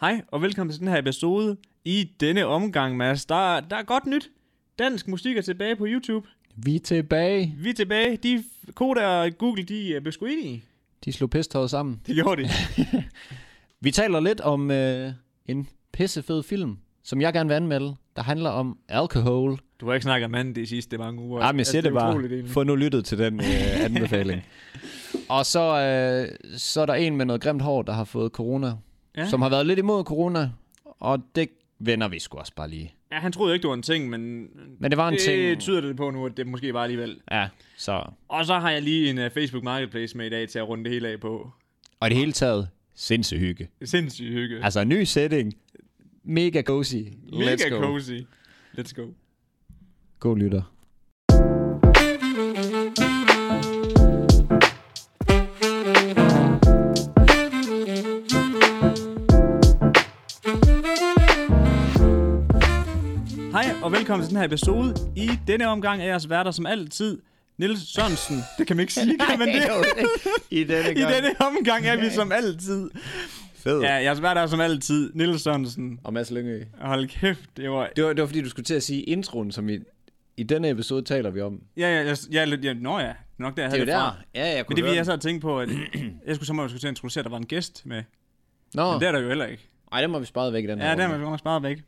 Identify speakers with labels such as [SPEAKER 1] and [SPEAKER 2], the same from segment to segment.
[SPEAKER 1] Hej og velkommen til den her episode. I denne omgang, Mads, der, der er godt nyt. Dansk musik er tilbage på YouTube.
[SPEAKER 2] Vi er tilbage.
[SPEAKER 1] Vi er tilbage. De f- Koda og Google, de er blevet sgu enige.
[SPEAKER 2] De slog pisthøjet sammen.
[SPEAKER 1] Det gjorde de.
[SPEAKER 2] Vi taler lidt om øh, en pissefed film, som jeg gerne vil anmelde, der handler om alkohol.
[SPEAKER 1] Du har ikke snakket om andet de sidste mange uger.
[SPEAKER 2] Jamen, jeg
[SPEAKER 1] Altså,
[SPEAKER 2] siger det
[SPEAKER 1] er utroligt
[SPEAKER 2] bare.
[SPEAKER 1] egentlig.
[SPEAKER 2] Få nu lyttet til den øh, anbefaling. Og så, øh, så er der en med noget grimt hår, der har fået corona,
[SPEAKER 1] Ja.
[SPEAKER 2] ja. som har været lidt imod corona, og det vender vi sgu også bare lige.
[SPEAKER 1] Ja, han troede jo ikke, det var en ting, men...
[SPEAKER 2] Men det var en
[SPEAKER 1] det
[SPEAKER 2] ting.
[SPEAKER 1] tyder det på nu, at det måske var alligevel.
[SPEAKER 2] Ja, så...
[SPEAKER 1] Og så har jeg lige en uh, Facebook Marketplace med i dag til at runde det hele af på.
[SPEAKER 2] Og i det hele taget, sindssyg hygge.
[SPEAKER 1] Sindssygt hygge.
[SPEAKER 2] Altså, en ny setting. Mega cozy.
[SPEAKER 1] Mega
[SPEAKER 2] Let's go.
[SPEAKER 1] cozy. Let's go.
[SPEAKER 2] God lytter.
[SPEAKER 1] Hej og velkommen til den her episode. I denne omgang er jeres værter som altid Nils Sørensen. Det kan man ikke sige, kan man det?
[SPEAKER 2] I denne
[SPEAKER 1] I denne omgang er vi som altid.
[SPEAKER 2] Fed.
[SPEAKER 1] Ja, jeres værter er som altid Nils Sørensen.
[SPEAKER 2] Og Mads Lyngø.
[SPEAKER 1] Hold kæft, det var...
[SPEAKER 2] Det var, det var fordi, du skulle til at sige introen, som i, i denne episode taler vi om. Det
[SPEAKER 1] Ja, ja, jeg, jeg, jeg, jeg, nå ja, det er nok der, jeg havde det, fra.
[SPEAKER 2] Ja, jeg
[SPEAKER 1] Men
[SPEAKER 2] kunne
[SPEAKER 1] det vil
[SPEAKER 2] høre
[SPEAKER 1] jeg så tænke på, at jeg skulle så skulle til at introducere, at der var en gæst med.
[SPEAKER 2] den. Nå,
[SPEAKER 1] Men det er der jo heller ikke.
[SPEAKER 2] ej, den må vi spare væk i den her
[SPEAKER 1] Ja, det er man
[SPEAKER 2] runde.
[SPEAKER 1] godt nok sparet væk.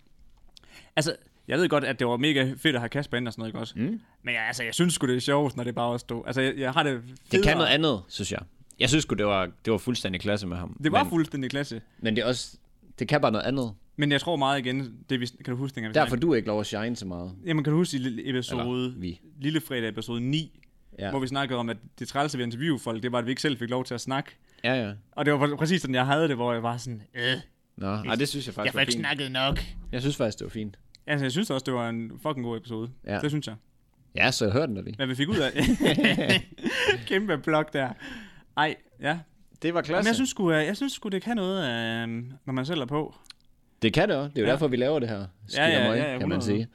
[SPEAKER 1] Altså, jeg ved godt, at det var mega fedt at have Kasper ind og sådan noget, ikke også?
[SPEAKER 2] Mm.
[SPEAKER 1] Men ja, altså, jeg synes sgu, det er sjovt, når det bare er os to. Altså, jeg, jeg har det federe.
[SPEAKER 2] Det kan noget andet, synes jeg. Jeg synes sgu, det var, det var fuldstændig klasse med ham.
[SPEAKER 1] Det var
[SPEAKER 2] men,
[SPEAKER 1] fuldstændig klasse.
[SPEAKER 2] men det er også... Det kan bare noget andet.
[SPEAKER 1] Men jeg tror meget igen, det vi, kan du huske, dengang vi
[SPEAKER 2] Derfor
[SPEAKER 1] snakkede-
[SPEAKER 2] du ikke lov at shine så meget.
[SPEAKER 1] Jamen, kan du huske i lille episode,
[SPEAKER 2] Eller vi.
[SPEAKER 1] lille fredag episode 9, ja.
[SPEAKER 2] Ja.
[SPEAKER 1] hvor vi snakkede om, at det trælse ved at interviewe folk, det var, at vi ikke selv fik lov til at snakke.
[SPEAKER 2] Ja, ja.
[SPEAKER 1] Og det var præ- præcis sådan, jeg havde det, hvor jeg var sådan, øh,
[SPEAKER 2] Nå, ej, det synes jeg faktisk
[SPEAKER 3] Jeg får
[SPEAKER 2] var
[SPEAKER 3] ikke
[SPEAKER 2] fint.
[SPEAKER 3] snakket nok.
[SPEAKER 2] Jeg synes faktisk, det var fint.
[SPEAKER 1] altså jeg synes også, det var en fucking god episode.
[SPEAKER 2] Ja.
[SPEAKER 1] Det synes jeg.
[SPEAKER 2] Ja, så jeg hørte den da lige.
[SPEAKER 1] Hvad vi fik ud af. Kæmpe blok der. Ej, ja.
[SPEAKER 2] Det var klasse.
[SPEAKER 1] Men jeg synes sgu, øh, jeg synes sgu, det kan noget, øh, når man selv er på.
[SPEAKER 2] Det kan det også. Det er jo
[SPEAKER 1] Ja.
[SPEAKER 2] ja. derfor, vi laver det her. Skidt
[SPEAKER 1] ja,
[SPEAKER 2] ja,
[SPEAKER 1] ja,
[SPEAKER 2] ja,
[SPEAKER 1] ja,
[SPEAKER 2] ja, kan man
[SPEAKER 1] 100.
[SPEAKER 2] sige.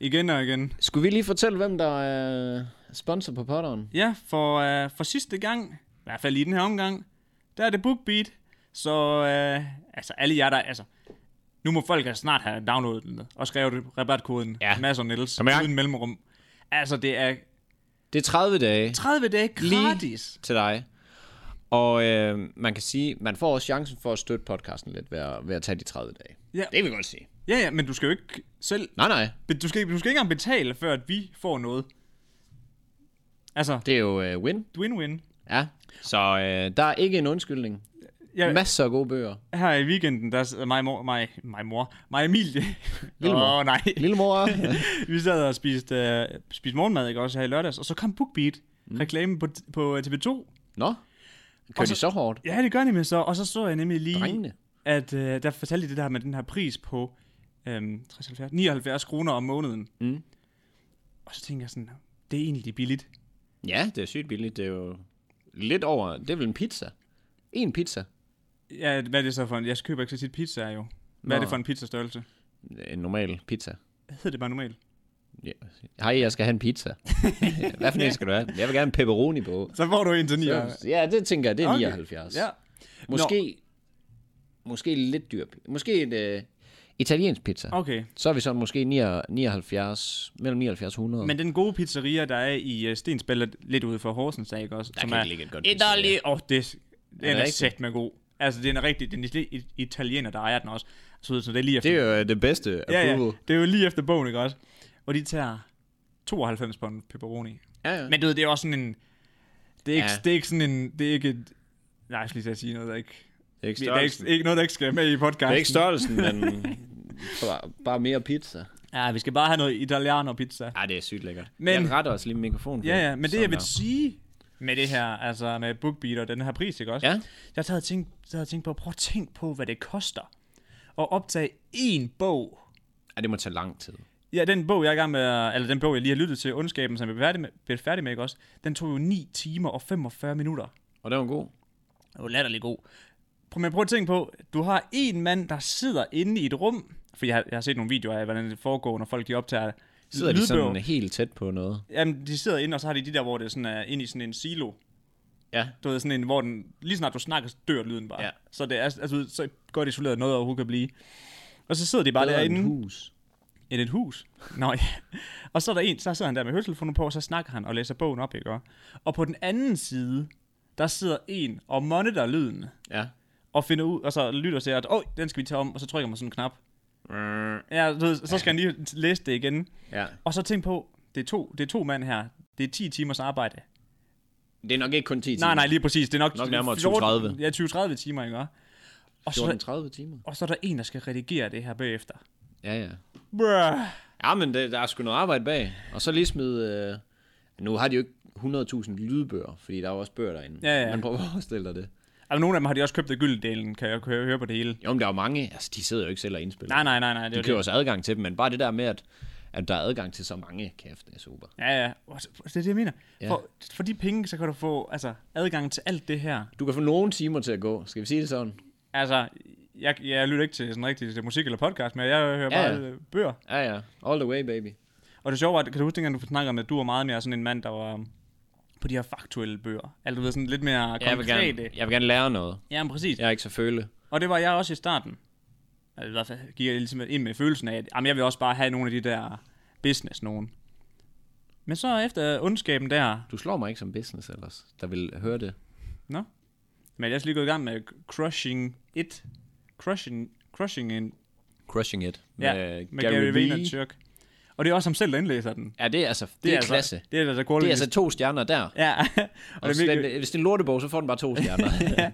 [SPEAKER 1] Igen og igen.
[SPEAKER 2] Skulle vi lige fortælle, hvem der er sponsor på potteren?
[SPEAKER 1] Ja, for, øh, for sidste gang, i hvert fald i den her omgang, der er det BookBeat. Så øh, altså alle jer, der... Altså, nu må folk altså snart have downloadet den og skrevet det- rabatkoden ja.
[SPEAKER 2] Ja.
[SPEAKER 1] Mads og Niels
[SPEAKER 2] Kom i gang.
[SPEAKER 1] uden mellemrum. Altså, det er
[SPEAKER 2] Det er 30 dage
[SPEAKER 1] 30 dage gratis.
[SPEAKER 2] til dig. Og øh, man kan sige, man får også chancen for at støtte podcasten lidt ved at, ved at tage de 30 dage.
[SPEAKER 1] Ja.
[SPEAKER 2] Det kan vi godt sige.
[SPEAKER 1] Ja, ja, men du skal jo ikke selv...
[SPEAKER 2] Nej, nej.
[SPEAKER 1] Du skal, ikke- du skal ikke engang betale, før at vi får noget. Altså,
[SPEAKER 2] Det er jo øh, win.
[SPEAKER 1] win-win.
[SPEAKER 2] Ja. Så øh, der er ikke en undskyldning.
[SPEAKER 1] Ja.
[SPEAKER 2] Ja. Masser af gode bøger.
[SPEAKER 1] Her i weekenden, der sidder mig, og mor, mig, mig mor, mig og Emilie.
[SPEAKER 2] Lille mor.
[SPEAKER 1] Åh, nej.
[SPEAKER 2] Lillemor.
[SPEAKER 1] vi sad og spiste, øh, spiste morgenmad, ikke også, her i lørdags, og så kom BookBeat, mm. reklame på, på øh, TV2.
[SPEAKER 2] Nå. Kører
[SPEAKER 1] Og
[SPEAKER 2] de så hårdt?
[SPEAKER 1] Ja, det gør de med så, og så så jeg nemlig lige,
[SPEAKER 2] Drengene.
[SPEAKER 1] at øh, der fortalte de det der med den her pris på øhm, 60, 70, 79 kroner om måneden.
[SPEAKER 2] Mm.
[SPEAKER 1] Og så tænker jeg sådan, det er egentlig billigt.
[SPEAKER 2] Ja, det er sygt billigt. Det er jo lidt over... Det er vel en pizza. En pizza.
[SPEAKER 1] Ja, hvad er det så for en, jeg køber ikke så tit pizza jo. Hvad Nå. er
[SPEAKER 2] Nå.
[SPEAKER 1] det for en pizzastørrelse?
[SPEAKER 2] En normal pizza.
[SPEAKER 1] Hvad hedder det bare normalt?
[SPEAKER 2] Ja. Hej, jeg skal have en pizza. Hvad for en skal du have? Jeg vil gerne have en pepperoni på.
[SPEAKER 1] Så får du en til 79.
[SPEAKER 2] Ja, det tænker jeg, det er
[SPEAKER 1] Okay.
[SPEAKER 2] okay. 79.
[SPEAKER 1] Ja.
[SPEAKER 2] Måske, måske lidt dyr. Måske et øh, italiensk pizza. Okay.
[SPEAKER 1] Okay.
[SPEAKER 2] Så er vi sådan måske 79, mellem 79 og 100.
[SPEAKER 1] Men den gode pizzeria, der er i uh, Stensbæl, er lidt ude for Horsens, er ikke også?
[SPEAKER 2] der kan
[SPEAKER 1] er
[SPEAKER 2] ikke ligge et godt pizza.
[SPEAKER 1] Italy, og det, den er, er
[SPEAKER 2] rigtig?
[SPEAKER 1] sæt med god. Altså, den er rigtig, den er sli- it- italiener, der ejer den også. Så, så det er lige efter,
[SPEAKER 2] Det er jo øh, det bedste
[SPEAKER 1] ja, ja, det er jo lige efter bogen, ikke også? Og de tager 92 pund pepperoni.
[SPEAKER 2] Ja, ja.
[SPEAKER 1] Men du ved, det er også sådan en, det er ikke, ja.
[SPEAKER 2] Ja.
[SPEAKER 1] det er ikke sådan en, det er ikke et, nej, jeg skal lige til at sige noget, der ikke,
[SPEAKER 2] det er ikke
[SPEAKER 1] det er
[SPEAKER 2] størrelsen.
[SPEAKER 1] ikke, ikke noget, der ikke skal med i podcasten.
[SPEAKER 2] Det er ikke størrelsen, men bare, bare mere pizza.
[SPEAKER 1] Ja, vi skal bare have noget italiano pizza.
[SPEAKER 2] Ja, det er sygt lækkert.
[SPEAKER 1] Men-
[SPEAKER 2] Men, jeg retter også lige mikrofonen.
[SPEAKER 1] Ja, ja, men det jeg vil sige med det her, altså med BookBeat og den her pris, ikke også?
[SPEAKER 2] Ja.
[SPEAKER 1] Jeg havde tænkt, jeg havde tænkt på, prøv at tænke på, hvad det koster at optage én bog.
[SPEAKER 2] ja, det må tage lang tid.
[SPEAKER 1] Ja, den bog, jeg er i gang med, at- eller den bog, jeg lige har lyttet til, Undskaben, som jeg blev færdig med, blev færdig med ikke også? Den tog jo 9 timer og 45 minutter.
[SPEAKER 2] Og det var god.
[SPEAKER 1] Det var latterlig god. Prøv, men prøv at tænke på, du har en mand, der sidder inde i et rum, for jeg har, jeg har set nogle videoer af, hvordan det foregår, når folk de optager
[SPEAKER 2] Sidder de
[SPEAKER 1] lydbøger.
[SPEAKER 2] sådan helt tæt på noget?
[SPEAKER 1] øh, Jamen, de sidder inde, og så har de de der, hvor det sådan er ind i sådan en silo.
[SPEAKER 2] Ja.
[SPEAKER 1] Du ved, sådan en, hvor den, lige snart du snakker, så dør lyden bare.
[SPEAKER 2] Ja.
[SPEAKER 1] Så det er altså, så godt isoleret noget, overhovedet kan blive. Og så sidder de bare
[SPEAKER 2] Bedre end
[SPEAKER 1] derinde.
[SPEAKER 2] et hus.
[SPEAKER 1] end et hus. Nå ja. Og så er der en, så sidder han der med høretelefoner på, og så snakker han og læser bogen op, ikke? også? Og på den anden side, der sidder en og monitor lyden,
[SPEAKER 2] Ja.
[SPEAKER 1] og finder ud, og så lytter til, at åh, den skal vi tage om, og så trykker man sådan en knap. Ja, du ved, så skal han lige læse det igen.
[SPEAKER 2] Ja.
[SPEAKER 1] Og så tænk på, det er to, det er to mand her, det er 10 timers arbejde.
[SPEAKER 2] Det er nok ikke kun 10 timer.
[SPEAKER 1] Nej, nej, lige præcis, det er nok,
[SPEAKER 2] Nok nærmere 20-30.
[SPEAKER 1] Ja, 20-30 timer, ikke? også? Og så,
[SPEAKER 2] 14-30 timer.
[SPEAKER 1] og så er der en, der skal redigere det her bagefter.
[SPEAKER 2] Ja, ja.
[SPEAKER 1] Bruh.
[SPEAKER 2] Ja, men det, der er sgu noget arbejde bag. Og så lige smid... Øh, nu har de jo ikke 100.000 lydbøger, fordi der er jo også bøger derinde.
[SPEAKER 1] Ja, ja.
[SPEAKER 2] Men prøv at forestille dig det.
[SPEAKER 1] Altså, nogle af dem har de også købt af gylddelen, kan jeg høre høre på det hele.
[SPEAKER 2] Jo, men der er jo mange... Altså, de sidder jo ikke selv og indspiller.
[SPEAKER 1] Nej, nej, nej, nej. Det er jo
[SPEAKER 2] de
[SPEAKER 1] det.
[SPEAKER 2] køber også adgang til dem, men bare det der med, at, at der er adgang til så mange, kæft, det er super.
[SPEAKER 1] Ja, ja. Og så- Det er det, jeg mener.
[SPEAKER 2] Ja.
[SPEAKER 1] Ja. For, for de penge, så kan du få altså, adgang til alt det her.
[SPEAKER 2] Du kan få nogle timer til at gå, skal vi sige det sådan?
[SPEAKER 1] Altså, jeg, jeg lytter ikke til sådan rigtig til musik eller podcast, men jeg hører
[SPEAKER 2] Ja,
[SPEAKER 1] bare
[SPEAKER 2] ja.
[SPEAKER 1] ja. bøger.
[SPEAKER 2] Ja, ja. All the way, baby.
[SPEAKER 1] Og det sjove var, at- kan du huske, dengang du snakkede om, at du var meget mere sådan en mand, der var um, på de her faktuelle bøger. Altså, du ved, sådan lidt mere
[SPEAKER 2] Jeg vil,
[SPEAKER 1] konkrete.
[SPEAKER 2] gerne, jeg vil gerne lære noget.
[SPEAKER 1] Ja, men præcis. Ja.
[SPEAKER 2] Jeg er ikke så føle.
[SPEAKER 1] Og det var jeg også i starten. Altså, i hvert fald gik jeg ligesom ind med følelsen af, at jamen, jeg vil også bare have nogle af de der business nogen. Men så efter ondskaben der,
[SPEAKER 2] Du slår mig ikke som business ellers, der vil høre det.
[SPEAKER 1] Nå. Men jeg er også lige gået i gang med Crushing It. Crushing, crushing in,
[SPEAKER 2] Crushing It
[SPEAKER 1] ja, med, med Gary, Gary Vaynerchuk. Og det er også ham selv, der indlæser den.
[SPEAKER 2] Ja, det er altså, det, det er, er klasse.
[SPEAKER 1] Altså, det er altså
[SPEAKER 2] Det er
[SPEAKER 1] quality.
[SPEAKER 2] altså to stjerner der.
[SPEAKER 1] Ja,
[SPEAKER 2] Og
[SPEAKER 1] og,
[SPEAKER 2] hvis,
[SPEAKER 1] det er mega,
[SPEAKER 2] den, hvis det er en lortebog, så får den bare to stjerner.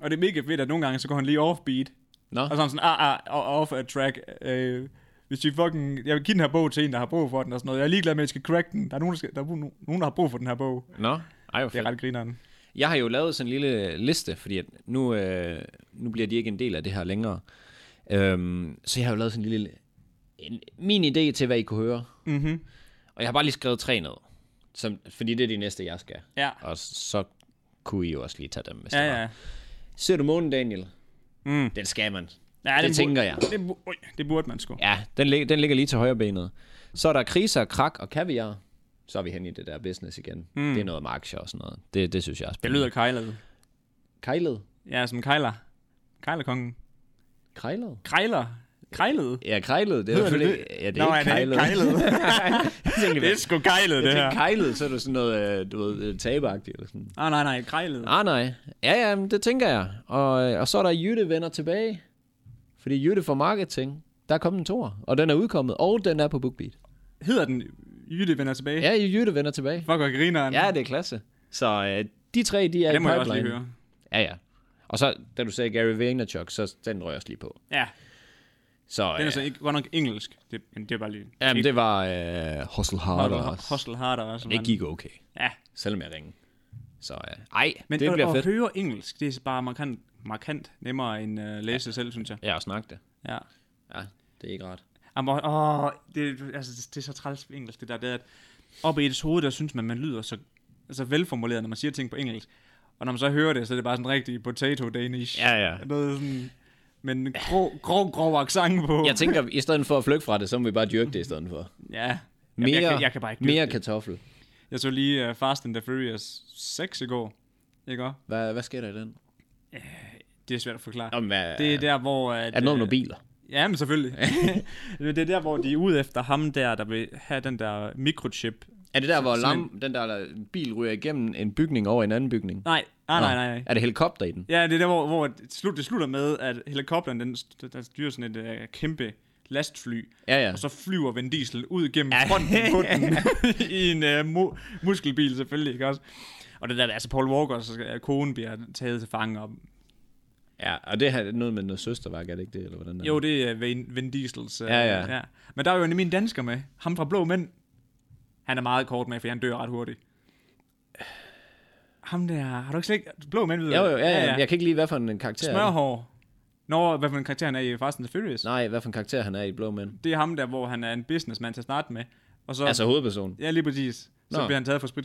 [SPEAKER 1] og det er mega fedt, at nogle gange, så går han lige offbeat.
[SPEAKER 2] Nå,
[SPEAKER 1] Og så er han sådan, ah, ah, og- off a track. Øh, hvis vi fucking, jeg vil give den her bog til en, der har brug for den og sådan noget. Jeg er ligeglad med, at jeg skal crack den. Der er nogen, der, skal, der, er nogen, der har brug for den her bog.
[SPEAKER 2] nå. Ej, hvor
[SPEAKER 1] Det er
[SPEAKER 2] fedt.
[SPEAKER 1] ret grineren.
[SPEAKER 2] Jeg har jo lavet sådan en lille liste, fordi at nu, øh, nu bliver de ikke en del af det her længere. Øhm, så jeg har jo lavet sådan en lille... En, min idé til, hvad I kunne høre.
[SPEAKER 1] Mhm.
[SPEAKER 2] Og jeg har bare lige skrevet tre ned. Som, fordi det er de næste, jeg skal.
[SPEAKER 1] Ja.
[SPEAKER 2] Og så kunne I jo også lige tage dem, hvis
[SPEAKER 1] Ja,
[SPEAKER 2] det var.
[SPEAKER 1] ja.
[SPEAKER 2] Ser du månen, Daniel?
[SPEAKER 1] Mm.
[SPEAKER 2] Den skal man.
[SPEAKER 1] ja
[SPEAKER 2] det
[SPEAKER 1] bu-
[SPEAKER 2] tænker jeg.
[SPEAKER 1] Det, bu- Ui, det burde man sgu.
[SPEAKER 2] Ja, den, lig- den ligger lige til højre benet. Så er der kriser, krak og kaviar. Så er vi hen i det der business igen. Mm. Det er noget med aktier og sådan noget. Det, det synes jeg også.
[SPEAKER 1] Det lyder kejlet.
[SPEAKER 2] Kejlet?
[SPEAKER 1] Ja, som kejler. Kejlerkongen.
[SPEAKER 2] Krejlet?
[SPEAKER 1] Krejler. Krejlet.
[SPEAKER 2] Ja, krejlet. Det er
[SPEAKER 1] Hedder det
[SPEAKER 2] selvfølgelig... Ja, det er
[SPEAKER 1] Nå,
[SPEAKER 2] ikke
[SPEAKER 1] er det
[SPEAKER 2] kejlet.
[SPEAKER 1] ikke
[SPEAKER 2] tænkte,
[SPEAKER 1] Det er sgu kejlet, det
[SPEAKER 2] jeg
[SPEAKER 1] her.
[SPEAKER 2] tænkte kejlet, så er det sådan noget, øh, du ved, øh, tabeagtigt eller sådan.
[SPEAKER 1] Ah, nej, nej, krejlet.
[SPEAKER 2] Ah, nej. Ja, ja, men det tænker jeg. Og, øh, og så er der Jytte vender tilbage. Fordi Jytte for marketing, der er kommet en tor, og den er udkommet, og den er på BookBeat.
[SPEAKER 1] Hedder den Jytte vender tilbage?
[SPEAKER 2] Ja, Jytte vender tilbage.
[SPEAKER 1] Fuck, hvor grineren.
[SPEAKER 2] Ja, det er klasse. Så øh, de tre, de er
[SPEAKER 1] det
[SPEAKER 2] i
[SPEAKER 1] må
[SPEAKER 2] pipeline.
[SPEAKER 1] jeg også lige høre.
[SPEAKER 2] Ja, ja. Og så, da du sagde Gary Vaynerchuk, så den røg jeg også lige på.
[SPEAKER 1] Ja,
[SPEAKER 2] Så
[SPEAKER 1] den
[SPEAKER 2] øh,
[SPEAKER 1] er så ikke, godt nok engelsk. Det, men det er bare lige...
[SPEAKER 2] jamen, det var øh, Hustle Harder også.
[SPEAKER 1] Hustle harder også.
[SPEAKER 2] Det
[SPEAKER 1] mand.
[SPEAKER 2] gik okay,
[SPEAKER 1] Ja,
[SPEAKER 2] selvom jeg ringede. Så øh, ej,
[SPEAKER 1] men
[SPEAKER 2] men, det bliver
[SPEAKER 1] at,
[SPEAKER 2] fedt.
[SPEAKER 1] at høre engelsk, det er bare markant, markant nemmere end øh, at læse selv, synes jeg.
[SPEAKER 2] Jeg har snakket det.
[SPEAKER 1] Ja.
[SPEAKER 2] Ja, det er ikke rart.
[SPEAKER 1] Jamen, hvor- åh, det, altså, det, det er så træls på engelsk, det der, det er, at op i ens hoved, der synes man, man lyder så altså velformuleret, når man siger ting på engelsk. Og når man så hører det, så er det bare sådan rigtig potato danish.
[SPEAKER 2] Ja, ja.
[SPEAKER 1] Noget sådan, men en grov, grov, grov accent på.
[SPEAKER 2] Jeg tænker, i stedet for at flygte fra det, så må vi bare dyrke det i stedet for.
[SPEAKER 1] ja.
[SPEAKER 2] Mere,
[SPEAKER 1] jeg, jeg, kan, jeg kan bare ikke mere.
[SPEAKER 2] mere kartoffel.
[SPEAKER 1] Jeg så lige uh, Fast and the Furious 6 i går. Ikke også?
[SPEAKER 2] Hvad, hvad sker der i den?
[SPEAKER 1] Det er svært at forklare.
[SPEAKER 2] Om, hvad,
[SPEAKER 1] Det er der, hvor... At,
[SPEAKER 2] er det noget med
[SPEAKER 1] øh,
[SPEAKER 2] nogle biler?
[SPEAKER 1] Ja, men selvfølgelig. det er der, hvor de er ude efter ham der, der vil have den der mikrochip.
[SPEAKER 2] Er det der, hvor
[SPEAKER 1] sådan
[SPEAKER 2] lam, den der bil ryger igennem en bygning over en anden bygning?
[SPEAKER 1] Nej, ah, nej,
[SPEAKER 2] Nå.
[SPEAKER 1] nej, nej.
[SPEAKER 2] Er det helikopter i den?
[SPEAKER 1] Ja, det er der, hvor, hvor det slut, det slutter med, at helikopteren, den, st- der styrer sådan et uh, kæmpe lastfly,
[SPEAKER 2] Ja, ja.
[SPEAKER 1] og så flyver Vin Diesel ud gennem fronten på den, i en uh, mu- muskelbil selvfølgelig, ikke også? Og det der, altså Paul Walker, så skal, konen bliver taget til fange op.
[SPEAKER 2] Ja, og det har noget med noget søsterværk, er det ikke det, eller hvordan er
[SPEAKER 1] Jo, det er Vin, Vin Diesels. Uh,
[SPEAKER 2] Ja, ja.
[SPEAKER 1] Men der er jo nemlig en dansker med, ham fra Blå Mænd. Han er meget kort med, for han dør ret hurtigt. Ham der, har du ikke slet ikke... Blå Mænd, ved
[SPEAKER 2] Jo,
[SPEAKER 1] du?
[SPEAKER 2] jo, ja, ja, ja. Jeg kan ikke lige, hvad for en karakter er det.
[SPEAKER 1] Smørhår. Nå, hvad for en karakter han er i Fast and the Furious?
[SPEAKER 2] Nej, hvad for en karakter han er i Blå Mænd.
[SPEAKER 1] Det er ham der, hvor han er en businessman til at starte med. Og så, altså,
[SPEAKER 2] Altså hovedpersonen.
[SPEAKER 1] ja, lige præcis. Så
[SPEAKER 2] Nå.
[SPEAKER 1] Nå. bliver han taget for sprit...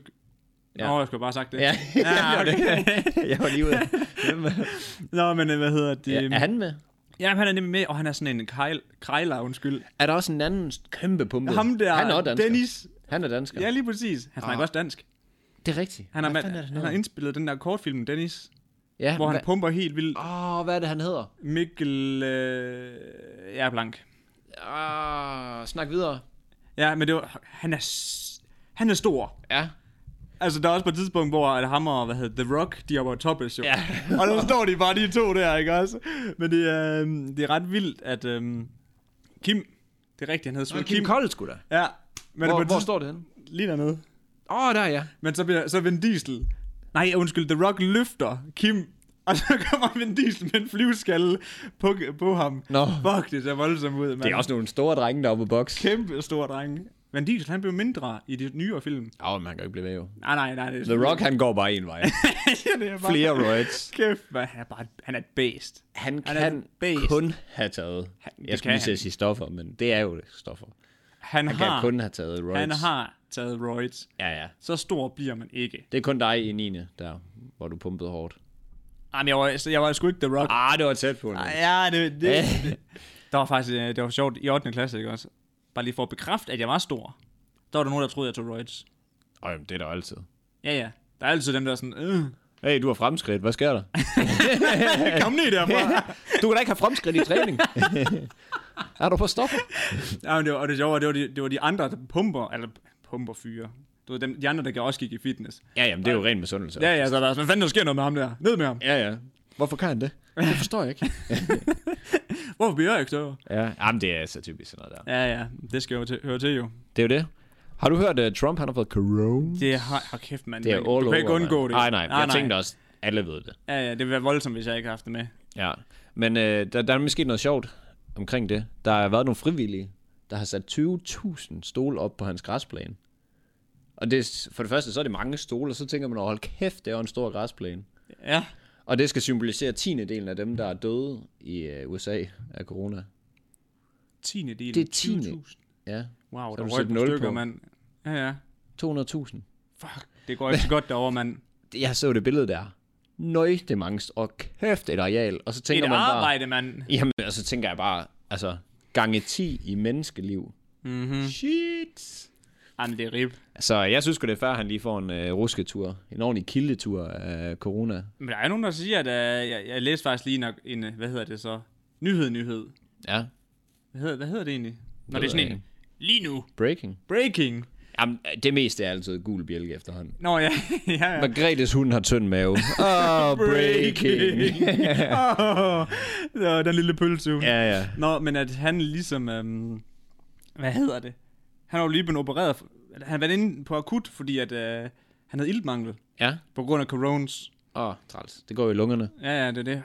[SPEAKER 2] Ja.
[SPEAKER 1] Ja. Nå, jeg skulle have bare sagt det.
[SPEAKER 2] Ja,
[SPEAKER 1] ja okay.
[SPEAKER 2] jeg var lige ude. Øhm. Hvem er-
[SPEAKER 1] Nå, men øh, hvad hedder det?
[SPEAKER 2] ja,
[SPEAKER 1] Ja,
[SPEAKER 2] er
[SPEAKER 1] han...
[SPEAKER 2] han med?
[SPEAKER 1] Jamen, han er nemlig med, og han er sådan en krejl, krejler, undskyld.
[SPEAKER 2] Er der også en anden kæmpe pumpe?
[SPEAKER 1] Ham der,
[SPEAKER 2] han er også dansker.
[SPEAKER 1] Dennis.
[SPEAKER 2] Han er dansker.
[SPEAKER 1] Ja, lige præcis. Han snakker
[SPEAKER 2] Ah.
[SPEAKER 1] også dansk.
[SPEAKER 2] Det Det er rigtigt.
[SPEAKER 1] Han har,
[SPEAKER 2] Hvad
[SPEAKER 1] med,
[SPEAKER 2] fanden er det,
[SPEAKER 1] han har indspillet den der kortfilm, Dennis,
[SPEAKER 2] ja,
[SPEAKER 1] hvor han
[SPEAKER 2] hva-
[SPEAKER 1] pumper helt vildt.
[SPEAKER 2] Åh, hvad er det, han hedder?
[SPEAKER 1] Mikkel... Øh, jeg er blank.
[SPEAKER 2] Ah, snak videre.
[SPEAKER 1] Ja, men det var, han er, s- han er stor.
[SPEAKER 2] Ja.
[SPEAKER 1] Altså, der er også på et tidspunkt, hvor at ham og, hvad hedder The Rock, de er på topless, jo.
[SPEAKER 2] Ja.
[SPEAKER 1] og der står de bare, de to der, ikke også? Men det er, øhm, det er ret vildt, at øhm, Kim, det er rigtigt, han hedder Sven
[SPEAKER 2] Kim, Kim Kold, sgu da.
[SPEAKER 1] Ja, men
[SPEAKER 2] Hvor,
[SPEAKER 1] på et
[SPEAKER 2] hvor
[SPEAKER 1] tidspunkt-
[SPEAKER 2] står det henne?
[SPEAKER 1] lige dernede.
[SPEAKER 2] Åh, oh, der ja.
[SPEAKER 1] Men så bliver så Vin Diesel... Nej, undskyld, The Rock løfter Kim, og så kommer Vin Diesel med en flyveskalle på, på ham.
[SPEAKER 2] Nå.
[SPEAKER 1] Fuck, det ser voldsomt ud, mand.
[SPEAKER 2] Det er også nogle store drenge, der er på boks.
[SPEAKER 1] kæmpe stor dreng. Vin Diesel, han blev mindre i de nyere film.
[SPEAKER 2] Åh, oh, man kan jo ikke blive ved jo.
[SPEAKER 1] Nej, nej, nej. Det er
[SPEAKER 2] The Rock, han går bare en vej.
[SPEAKER 1] ja, det er bare,
[SPEAKER 2] Flere rights.
[SPEAKER 1] Kæft, man, han er bare han er et bæst.
[SPEAKER 2] Han
[SPEAKER 1] Han er
[SPEAKER 2] kan
[SPEAKER 1] bedst.
[SPEAKER 2] kun have taget...
[SPEAKER 1] det
[SPEAKER 2] Jeg skulle lige
[SPEAKER 1] kan
[SPEAKER 2] til
[SPEAKER 1] han.
[SPEAKER 2] at sige stoffer, men det er jo det, stoffer.
[SPEAKER 1] Han,
[SPEAKER 2] Han
[SPEAKER 1] har,
[SPEAKER 2] kan kun have taget roids.
[SPEAKER 1] han har taget roids.
[SPEAKER 2] Ja, ja.
[SPEAKER 1] Så stor bliver man ikke.
[SPEAKER 2] Det er kun dig i 9. der, hvor du pumpede hårdt.
[SPEAKER 1] Jamen, jeg var, så jeg var sgu ikke The Rock.
[SPEAKER 2] Ah, det var tæt på.
[SPEAKER 1] Ej,
[SPEAKER 2] Niels.
[SPEAKER 1] Ja, det, det,
[SPEAKER 2] Ja.
[SPEAKER 1] Der var faktisk, øh, det var sjovt i 8. klasse, ikke også? Bare lige for at bekræfte, at jeg var stor. Der var der nogen, der troede, jeg tog roids.
[SPEAKER 2] Øj, men det er der altid.
[SPEAKER 1] Ja, ja. Der er altid dem, der er sådan, øh,
[SPEAKER 2] Hey, du har fremskridt. Hvad sker der?
[SPEAKER 1] kom ned derfra.
[SPEAKER 2] Du kan da ikke have fremskridt i træning. er du på stoffer?
[SPEAKER 1] ja, men det var, og det sjove, var, det var, de, det var de andre, der pumper, eller pumper fyre. Du ved, dem, de andre, der også gik i fitness.
[SPEAKER 2] Ja, jamen, det er jo ren misundelse.
[SPEAKER 1] Ja, ja, så er der sådan, hvad fanden der sker noget med ham der? Ned med ham.
[SPEAKER 2] ja, ja. Hvorfor kan han det? Det forstår jeg ikke.
[SPEAKER 1] Hvorfor bliver jeg ikke større?
[SPEAKER 2] ja, jamen, det er så typisk sådan noget der.
[SPEAKER 1] Ja, ja, det skal jo til, høre til jo.
[SPEAKER 2] Det er jo det. Har du hørt, at Trump han har fået corona?
[SPEAKER 1] Det har, har kæft, mand.
[SPEAKER 2] Det er
[SPEAKER 1] Man-
[SPEAKER 2] all
[SPEAKER 1] du kan ikke
[SPEAKER 2] over,
[SPEAKER 1] undgå
[SPEAKER 2] mand.
[SPEAKER 1] det. Ah,
[SPEAKER 2] Nej, nej, jeg tænkte også, alle ved det.
[SPEAKER 1] Ja, ja, det ville være voldsomt, hvis jeg ikke havde haft det med.
[SPEAKER 2] Ja. Men øh, der, der er nemlig sket noget sjovt omkring det. Der har været nogle frivillige, der har sat 20.000 stole op på hans græsplæne. Og det, er s- for det første, så er det mange stole, og så tænker man, hold kæft, det er jo en stor græsplæne.
[SPEAKER 1] Ja,
[SPEAKER 2] Og det skal symbolisere tiendedelen af dem, der er døde i øh, USA af corona.
[SPEAKER 1] tiende del.
[SPEAKER 2] Det er tiende.
[SPEAKER 1] 20.000.
[SPEAKER 2] Ja,
[SPEAKER 1] Wow, der
[SPEAKER 2] Så har du
[SPEAKER 1] røg
[SPEAKER 2] sat
[SPEAKER 1] et par
[SPEAKER 2] nul
[SPEAKER 1] stykker,
[SPEAKER 2] på.
[SPEAKER 1] mand. Ja, ja.
[SPEAKER 2] 200.000.
[SPEAKER 1] Fuck, det går ikke så godt derovre, mand.
[SPEAKER 2] Det- Jeg så det billede der. Nøj, det er mange. st- Og kæft, et areal. Og så tænker
[SPEAKER 1] Et
[SPEAKER 2] man bare...
[SPEAKER 1] arbejde, mand.
[SPEAKER 2] Jamen, og så tænker jeg bare, altså, gange 10 i menneskeliv.
[SPEAKER 1] Mhm.
[SPEAKER 2] Mm-hmm. Shit.
[SPEAKER 1] Jamen, det er rib.
[SPEAKER 2] Så jeg synes sgu, det er færre, at han lige får en øh, rusketur. En ordentlig kildetur af corona.
[SPEAKER 1] Men der er nogen, der siger, at uh, jeg, jeg læste faktisk lige nok en, øh, hvad hedder det så? Nyhed, nyhed.
[SPEAKER 2] Ja.
[SPEAKER 1] Hvad hedder, hvad hedder det egentlig? Nå, det
[SPEAKER 2] ved
[SPEAKER 1] er sådan
[SPEAKER 2] jeg
[SPEAKER 1] en. Lige nu.
[SPEAKER 2] Breaking.
[SPEAKER 1] Breaking.
[SPEAKER 2] Jamen, det meste er altid gul bjælke efterhånden.
[SPEAKER 1] Nå, ja, ja, ja.
[SPEAKER 2] Margrethes hund har tynd mave. Åh, oh, breaking.
[SPEAKER 1] Åh, oh, den lille pølse. Ja.
[SPEAKER 2] ja, ja.
[SPEAKER 1] Nå, men at han ligesom, øhm, hvad hedder det? Han var jo lige blevet opereret. for- eller Han var inde på akut, fordi at, øh, han havde iltmangel
[SPEAKER 2] Ja.
[SPEAKER 1] på grund af coronas.
[SPEAKER 2] Åh, oh, træls. Det går jo i lungerne.
[SPEAKER 1] Ja, ja, det er det.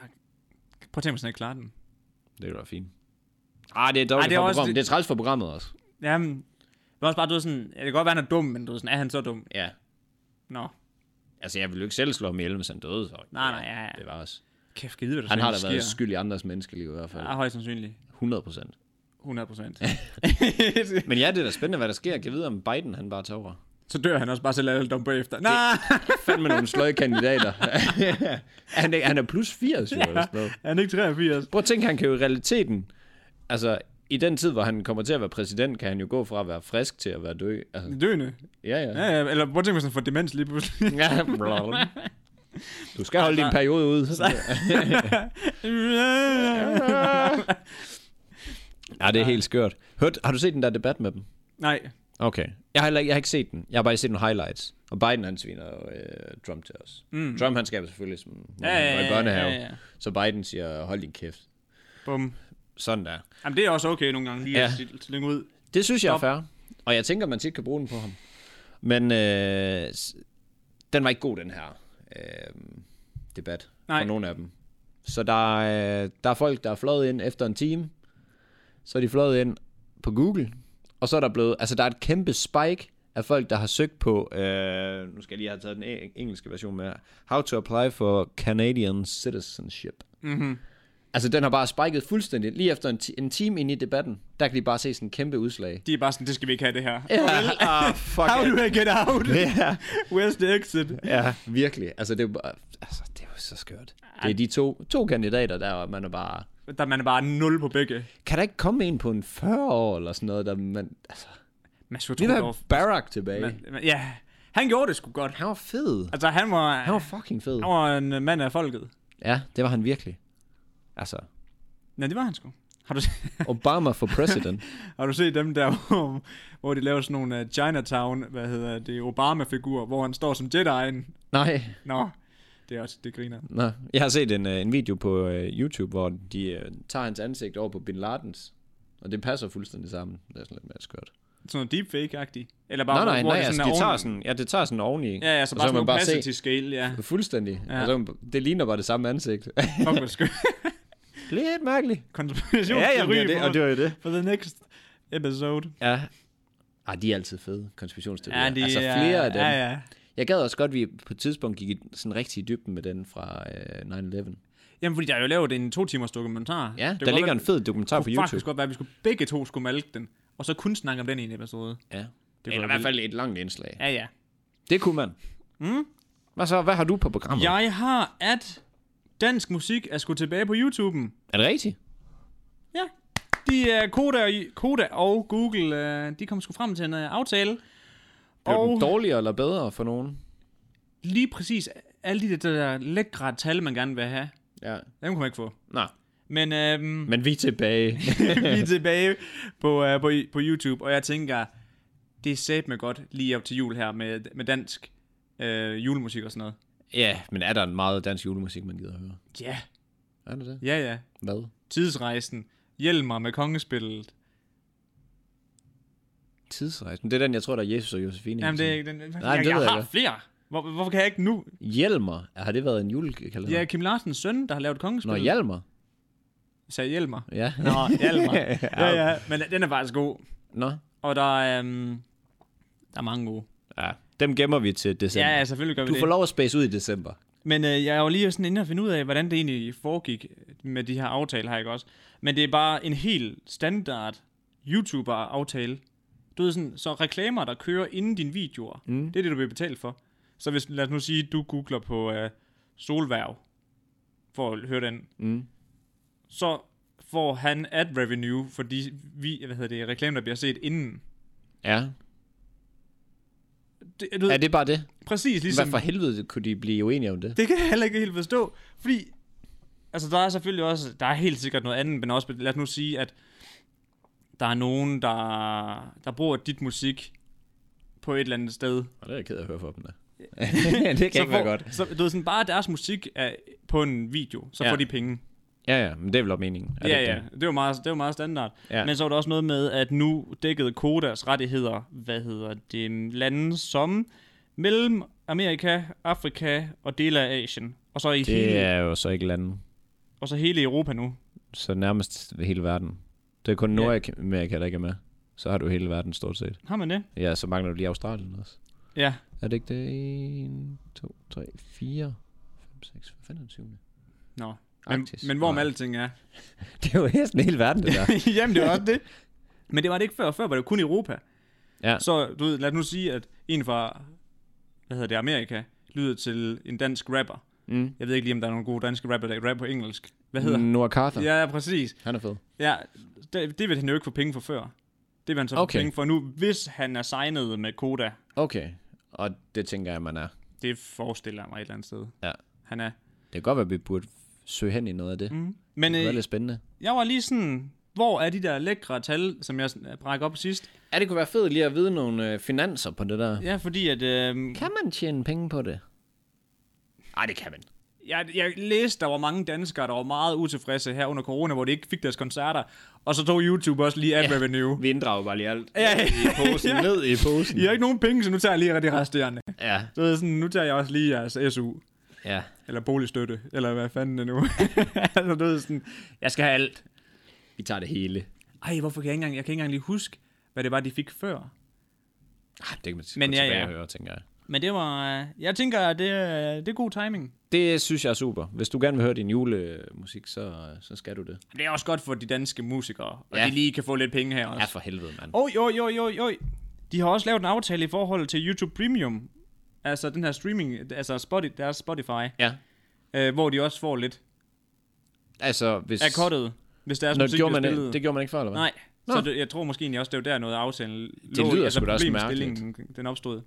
[SPEAKER 1] Prøv at tænke, hvis han ikke klarer den.
[SPEAKER 2] Det er da fint. Ah, det er dårligt
[SPEAKER 1] Ej, det
[SPEAKER 2] det
[SPEAKER 1] er
[SPEAKER 2] er for
[SPEAKER 1] også-
[SPEAKER 2] programmet. Det... er træls for programmet også.
[SPEAKER 1] Jamen, det var også bare, du ved, sådan, ja, det kan godt være, han er dum, men du ved, sådan, er han så dum?
[SPEAKER 2] Ja.
[SPEAKER 1] Nå,
[SPEAKER 2] Altså, jeg ville jo ikke selv slå ham ihjel, hvis han døde. Så.
[SPEAKER 1] Nej, nej, ja, ja.
[SPEAKER 2] Det var også.
[SPEAKER 1] kæft, kan vide, hvad der
[SPEAKER 2] Han har da
[SPEAKER 1] sådan
[SPEAKER 2] været
[SPEAKER 1] sker.
[SPEAKER 2] skyld i andres menneskeliv i hvert fald.
[SPEAKER 1] Ja, højst sandsynligt.
[SPEAKER 2] 100 procent.
[SPEAKER 1] 100 procent.
[SPEAKER 2] Men ja, det er da spændende, hvad der sker. Jeg ved, om Biden han bare tager over.
[SPEAKER 1] så dør han også bare selv alle dum bagefter. Nej,
[SPEAKER 2] Fand med nogle sløje kandidater. han, er, han er plus 80, jo, ja. eller sådan noget.
[SPEAKER 1] han er ikke 83.
[SPEAKER 2] Prøv at tænke, han kan jo i realiteten... Altså, i den tid, hvor han kommer til at være præsident, kan han jo gå fra at være frisk til at være død. Altså,
[SPEAKER 1] Døende.
[SPEAKER 2] ja, ja.
[SPEAKER 1] Ja, ja, eller prøv at tænke, hvis han får demens lige pludselig.
[SPEAKER 2] ja. blablabla. Du skal holde din periode ud. Ja, det er helt skørt. Hørt, har du set den der debat med dem?
[SPEAKER 1] Nej,
[SPEAKER 2] Okay. Jeg har, heller ikke- jeg har ikke set den. Jeg har bare set nogle highlights. Og Biden, han sviner jo øh, Trump til os. Mm. Trump, han skaber selvfølgelig som ja, ja, ja, i børnehave. Ja, ja, ja. Så Biden siger, hold din kæft.
[SPEAKER 1] bum.
[SPEAKER 2] Sådan der.
[SPEAKER 1] Jamen, det er også okay nogle gange lige
[SPEAKER 2] Ja.
[SPEAKER 1] ja. at slynge ud.
[SPEAKER 2] Det synes jeg er
[SPEAKER 1] Stop.
[SPEAKER 2] fair. Og jeg tænker, man tit kan bruge den på ham. Men øh, s- den var ikke god, den her øh, debat.
[SPEAKER 1] Nej.
[SPEAKER 2] For nogle af dem. Så der, er, øh, der er folk, der er fløjet ind efter en time. Så er de fløjet ind på Google. Og så er der blevet... Altså, der er et kæmpe spike af folk, der har søgt på... Øh, nu skal jeg lige have taget den e- engelske version med. her. How to apply for Canadian citizenship.
[SPEAKER 1] Mm-hmm.
[SPEAKER 2] Altså, den har bare spiket fuldstændig. Lige efter en, ti- en time ind i debatten, der kan de bare se sådan en kæmpe udslag.
[SPEAKER 1] De er bare sådan, det skal vi ikke have, det her.
[SPEAKER 2] Ja, ah, fuck.
[SPEAKER 1] How do I get out?
[SPEAKER 2] Ja,
[SPEAKER 1] Where's the exit?
[SPEAKER 2] ja, virkelig. Altså, det er jo bare, altså, det er jo så skørt. Det er de to, to kandidater der, og man er bare...
[SPEAKER 1] Der er man bare nul på begge.
[SPEAKER 2] Kan der ikke komme en på en 40 år eller sådan noget, der man... Altså,
[SPEAKER 1] Man skulle
[SPEAKER 2] vi vil
[SPEAKER 1] tro, der var
[SPEAKER 2] have Barack tilbage.
[SPEAKER 1] Men, men, ja, Han gjorde det sgu godt.
[SPEAKER 2] Han var fed.
[SPEAKER 1] Altså, han var,
[SPEAKER 2] Han var fucking fed.
[SPEAKER 1] han var en øh, mand af folket.
[SPEAKER 2] Ja, det var han virkelig. Altså,
[SPEAKER 1] Ja, det var han sgu. Har du, se-
[SPEAKER 2] Obama for president.
[SPEAKER 1] har du set dem der, hvor, hvor de laver sådan nogle øh, Chinatown, hvad hedder det, Obama-figurer, hvor han står som Jedi'en?
[SPEAKER 2] Nej,
[SPEAKER 1] Nå, det er også, det griner.
[SPEAKER 2] nej. Jeg har set en, øh, en video på øh, YouTube, hvor de øh, tager hans ansigt over på Bin Ladens. Og det passer fuldstændig sammen. Det er sådan lidt mere skørt.
[SPEAKER 1] Sådan noget deepfake-agtigt. Eller bare, hvor,
[SPEAKER 2] Nej, nej, nej.
[SPEAKER 1] hvor det
[SPEAKER 2] Altså,
[SPEAKER 1] sådan
[SPEAKER 2] de
[SPEAKER 1] er
[SPEAKER 2] tager
[SPEAKER 1] oven-
[SPEAKER 2] sådan, ja, det tager sådan oveni.
[SPEAKER 1] Ja, ja, så
[SPEAKER 2] Og
[SPEAKER 1] bare
[SPEAKER 2] kan
[SPEAKER 1] sådan
[SPEAKER 2] man
[SPEAKER 1] nogle
[SPEAKER 2] bare
[SPEAKER 1] passage
[SPEAKER 2] se,
[SPEAKER 1] scale, ja.
[SPEAKER 2] Fuldstændig.
[SPEAKER 1] Ja.
[SPEAKER 2] Ja. Og så, kan man- det ligner bare det samme ansigt.
[SPEAKER 1] Fuck, hvor skønt.
[SPEAKER 2] lidt mærkeligt.
[SPEAKER 1] Konspirationsteori ja, for,
[SPEAKER 2] var jo det.
[SPEAKER 1] for the next episode.
[SPEAKER 2] Ja. Ej, de er altid fede, konspirationsteorier.
[SPEAKER 1] Ja, de
[SPEAKER 2] altså
[SPEAKER 1] er-
[SPEAKER 2] flere af dem.
[SPEAKER 1] Ja, ja.
[SPEAKER 2] Jeg gad også godt, at vi på et tidspunkt gik i- sådan rigtig i dybden med den fra øh, 9-11.
[SPEAKER 1] Jamen, fordi der er jo lavet en to timers dokumentar.
[SPEAKER 2] Ja,
[SPEAKER 1] det
[SPEAKER 2] der ligger en fed dokumentar på
[SPEAKER 1] på YouTube. faktisk
[SPEAKER 2] YouTube.
[SPEAKER 1] godt være, at vi skulle begge to skulle malke den, og så kun snakke om den ene episode.
[SPEAKER 2] Ja.
[SPEAKER 1] Det
[SPEAKER 2] Eller i
[SPEAKER 1] kunne
[SPEAKER 2] hvert
[SPEAKER 1] være
[SPEAKER 2] fald et langt indslag.
[SPEAKER 1] Ja, ja.
[SPEAKER 2] Det kunne man.
[SPEAKER 1] Mm.
[SPEAKER 2] Hvad så? Hvad har du på programmet?
[SPEAKER 1] Jeg har, at dansk musik er sgu tilbage på YouTube'en.
[SPEAKER 2] Er det rigtigt?
[SPEAKER 1] Ja. De er Koda, og- Koda og Google, øh, de kom sgu frem til en øh, aftale.
[SPEAKER 2] Blev den
[SPEAKER 1] Og
[SPEAKER 2] dårligere eller bedre for nogen?
[SPEAKER 1] lige præcis alle de der, der lækre tal, man gerne vil have,
[SPEAKER 2] Ja.
[SPEAKER 1] dem kunne man ikke få.
[SPEAKER 2] Nej.
[SPEAKER 1] Men øhm,
[SPEAKER 2] Men vi er tilbage.
[SPEAKER 1] vi er tilbage på, uh, på, på YouTube, og jeg tænker, det er sæt med godt lige op til jul her med, med dansk øh, julemusik og sådan noget.
[SPEAKER 2] ja, men er der en meget dansk julemusik, man gider at høre?
[SPEAKER 1] Ja,
[SPEAKER 2] Er det det?
[SPEAKER 1] ja, ja.
[SPEAKER 2] Hvad?
[SPEAKER 1] Tidsrejsen. Hjelmer med kongespillet.
[SPEAKER 2] Tidsrejsen. Det er den, jeg tror, der er Jesus og Josefine.
[SPEAKER 1] Jamen, det er ikke den. Nej,
[SPEAKER 2] Nej,
[SPEAKER 1] jeg,
[SPEAKER 2] det
[SPEAKER 1] jeg,
[SPEAKER 2] ved jeg
[SPEAKER 1] har
[SPEAKER 2] godt.
[SPEAKER 1] flere. Hvor, hvorfor kan jeg ikke nu?
[SPEAKER 2] Hjelmer. Har det været en julekalender?
[SPEAKER 1] Det er Kim Larsens søn, der har lavet
[SPEAKER 2] Nå,
[SPEAKER 1] kongespillet.
[SPEAKER 2] Hjalmar.
[SPEAKER 1] Sagde Hjelmer.
[SPEAKER 2] Ja.
[SPEAKER 1] Nå, Hjelmer. ja, ja. Men den er faktisk god.
[SPEAKER 2] Nå.
[SPEAKER 1] Og der er, øhm, der er mange gode.
[SPEAKER 2] Ja, dem gemmer vi til december.
[SPEAKER 1] Ja, ja, selvfølgelig gør vi
[SPEAKER 2] Du
[SPEAKER 1] det.
[SPEAKER 2] får lov at space ud i december.
[SPEAKER 1] Men øh, jeg er jo lige sådan inde og finde ud af, hvordan det egentlig foregik med de her aftaler her, ikke også? Men det er bare en helt standard YouTuber-aftale. Du ved sådan, så reklamer, der kører inden dine videoer, mm. det er det, du bliver betalt for. Så hvis, lad os nu sige, du googler på øh, solværv, for at høre den,
[SPEAKER 2] Mm.
[SPEAKER 1] så får han ad revenue for de vi, hvad hedder det, reklamer, der bliver set inden.
[SPEAKER 2] Ja.
[SPEAKER 1] Det, du ved,
[SPEAKER 2] Er det bare det?
[SPEAKER 1] præcis
[SPEAKER 2] Ligesom...
[SPEAKER 1] ligesom...
[SPEAKER 2] Hvad for helvede kunne de blive uenige om det?
[SPEAKER 1] Det kan jeg heller ikke helt forstå, fordi... Altså, der er selvfølgelig også... Der er helt sikkert noget andet, men også... Lad os nu sige, at der er nogen, der, der bruger dit musik på et eller andet sted.
[SPEAKER 2] Og det er jeg ked af at høre for dem, da. det kan ikke være
[SPEAKER 1] hvor-
[SPEAKER 2] godt.
[SPEAKER 1] Så, du ved, sådan, bare deres musik er på en video, så
[SPEAKER 2] Ja.
[SPEAKER 1] ja. får de penge.
[SPEAKER 2] Ja, ja, men det er vel op meningen. Er
[SPEAKER 1] Ja,
[SPEAKER 2] det
[SPEAKER 1] ja,
[SPEAKER 2] ikke
[SPEAKER 1] det er jo meget, det er jo meget standard.
[SPEAKER 2] Ja.
[SPEAKER 1] Ja. Men så var der også noget med, at nu dækkede Kodas rettigheder, hvad hedder det, lande som mellem Amerika, Afrika og dele af Asien. Og så, i
[SPEAKER 2] Det, det
[SPEAKER 1] hele,
[SPEAKER 2] er jo så ikke landet.
[SPEAKER 1] og så hele Europa nu.
[SPEAKER 2] Så nærmest hele verden. Det er kun
[SPEAKER 1] Ja.
[SPEAKER 2] Nordamerika, der ikke er med. Så har du hele verden stort set.
[SPEAKER 1] Har man det?
[SPEAKER 2] Ja, så mangler du lige Australien også.
[SPEAKER 1] Ja.
[SPEAKER 2] Er det ikke det? 1, 2, 3, 4, 5, 6, hvad fanden er den syvende?
[SPEAKER 1] Nå. Men,
[SPEAKER 2] Arktis.
[SPEAKER 1] men hvorom
[SPEAKER 2] Nej.
[SPEAKER 1] alting er.
[SPEAKER 2] Det er jo næsten hele verden, det der.
[SPEAKER 1] Jamen, det var også det. Men det var det ikke før. Før var det kun Europa.
[SPEAKER 2] Ja.
[SPEAKER 1] Så du ved, lad os nu sige, at en fra, hvad hedder det, Amerika, lyder til en dansk rapper.
[SPEAKER 2] Mm.
[SPEAKER 1] Jeg ved ikke lige, om der er nogle gode danske rapper, der rapper på engelsk. Hvad hedder han?
[SPEAKER 2] Noah Carter.
[SPEAKER 1] Ja, ja, præcis.
[SPEAKER 2] Han er fed.
[SPEAKER 1] Ja, det, det vil han jo ikke få penge for før. Det vil han så
[SPEAKER 2] Okay.
[SPEAKER 1] få penge for nu, hvis han er signet med Koda.
[SPEAKER 2] Okay. Og det tænker jeg, man er.
[SPEAKER 1] Det forestiller jeg mig et eller andet sted.
[SPEAKER 2] Ja.
[SPEAKER 1] Han er.
[SPEAKER 2] Det kan godt være, vi burde søge hen i noget af det. Mm.
[SPEAKER 1] Men
[SPEAKER 2] Det er
[SPEAKER 1] øh,
[SPEAKER 2] lidt spændende.
[SPEAKER 1] jeg var lige sådan, hvor er de der lækre tal, som jeg øh, brækker op sidst?
[SPEAKER 2] Ja, det kunne være fedt lige at vide nogle øh, finanser på det der.
[SPEAKER 1] Ja, fordi at... Øh,
[SPEAKER 2] Kan man tjene penge på det? Nej, det kan man.
[SPEAKER 1] jeg, jeg læste, der var mange danskere, der var meget utilfredse her under corona, hvor de ikke fik deres koncerter. Og så tog YouTube også lige ad ja. revenue.
[SPEAKER 2] Vi inddrager bare lige alt
[SPEAKER 1] Ja,
[SPEAKER 2] i posen,
[SPEAKER 1] ja.
[SPEAKER 2] ned i posen.
[SPEAKER 1] I har ikke nogen penge, så nu tager jeg lige de resterende.
[SPEAKER 2] Ja,
[SPEAKER 1] Så er jeg sådan, nu tager jeg også lige jeres SU,
[SPEAKER 2] ja.
[SPEAKER 1] eller boligstøtte, eller hvad fanden det nu. altså, du ved sådan, jeg skal have alt.
[SPEAKER 2] Vi tager det hele.
[SPEAKER 1] Ej, hvorfor kan jeg ikke engang, jeg kan ikke engang lige huske, hvad det var, de fik før.
[SPEAKER 2] Ah, det kan man
[SPEAKER 1] Men
[SPEAKER 2] gå
[SPEAKER 1] ja,
[SPEAKER 2] tilbage
[SPEAKER 1] ja.
[SPEAKER 2] og høre, tænker jeg.
[SPEAKER 1] Men det var, øh, jeg tænker, at det, øh, det er god timing.
[SPEAKER 2] Det synes jeg er super. Hvis du gerne vil høre din julemusik, så, så skal du det.
[SPEAKER 1] Det er også godt for de danske musikere, og
[SPEAKER 2] Ja.
[SPEAKER 1] ja. de lige kan få lidt penge her også.
[SPEAKER 2] Ja, for helvede, mand.
[SPEAKER 1] Oj, oj, oj, oj, oj. De har også lavet en aftale i forhold til YouTube Premium. Altså den her streaming, altså Spotify, deres Spotify,
[SPEAKER 2] Ja,
[SPEAKER 1] øh, hvor de også får lidt
[SPEAKER 2] altså hvis...
[SPEAKER 1] af kortet, hvis deres
[SPEAKER 2] Nå,
[SPEAKER 1] musik
[SPEAKER 2] gjorde man
[SPEAKER 1] bliver
[SPEAKER 2] det,
[SPEAKER 1] spillet.
[SPEAKER 2] det gjorde man ikke før, eller hvad?
[SPEAKER 1] Nej,
[SPEAKER 2] Nå.
[SPEAKER 1] så det, jeg tror måske egentlig også, det var der noget af aftalen. Det
[SPEAKER 2] lyder sgu da også mærkeligt.
[SPEAKER 1] altså Den opstod.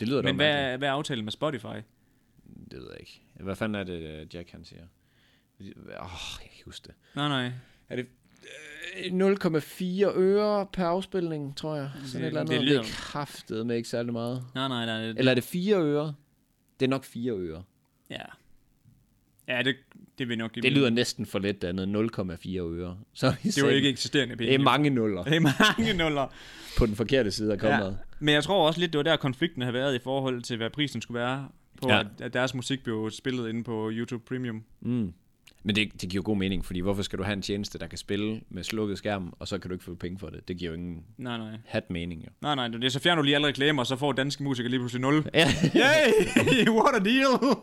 [SPEAKER 2] Det lyder da
[SPEAKER 1] Men hvad,
[SPEAKER 2] mærkeligt.
[SPEAKER 1] er- hvad er aftalen med Spotify?
[SPEAKER 2] Det ved jeg ikke. Hvad fanden er det, øh, Jack han siger? Åh, oh, jeg kan ikke huske det.
[SPEAKER 1] Nej, nej.
[SPEAKER 2] Er det øh, 0,4 øre per afspilning, tror jeg. Sådan
[SPEAKER 1] Det-
[SPEAKER 2] et eller andet.
[SPEAKER 1] det
[SPEAKER 2] Det
[SPEAKER 1] lyder-
[SPEAKER 2] lyder kraftet med ikke særlig meget.
[SPEAKER 1] Nej, nej, nej. Det,
[SPEAKER 2] Eller er det 4 øre? Det er nok 4 øre.
[SPEAKER 1] ja. Ja, det, det vil nok give
[SPEAKER 2] Det
[SPEAKER 1] mening.
[SPEAKER 2] lyder næsten for let andet. 0,4 øre. Så er vi
[SPEAKER 1] Det var
[SPEAKER 2] selv-
[SPEAKER 1] ikke eksisterende penge.
[SPEAKER 2] det er mange nuller
[SPEAKER 1] det er mange nuller.
[SPEAKER 2] på den forkerte side af kommet.
[SPEAKER 1] Men jeg tror også lidt, det var der konflikten har været i forhold til, hvad prisen skulle være på,
[SPEAKER 2] Ja.
[SPEAKER 1] ja. at, at deres musik blev spillet inde på YouTube Premium.
[SPEAKER 2] Mm. Men det, det giver god mening, fordi hvorfor skal du have en tjeneste, der kan spille med slukket skærm, og så kan du ikke få penge for det? Det giver jo ingen
[SPEAKER 1] Nej, nej.
[SPEAKER 2] hat mening, jo.
[SPEAKER 1] Nej, nej, det er så fjerner du lige alle reklamer, og så får danske musikere lige pludselig 0.
[SPEAKER 2] Ja.
[SPEAKER 1] Yay! What a deal!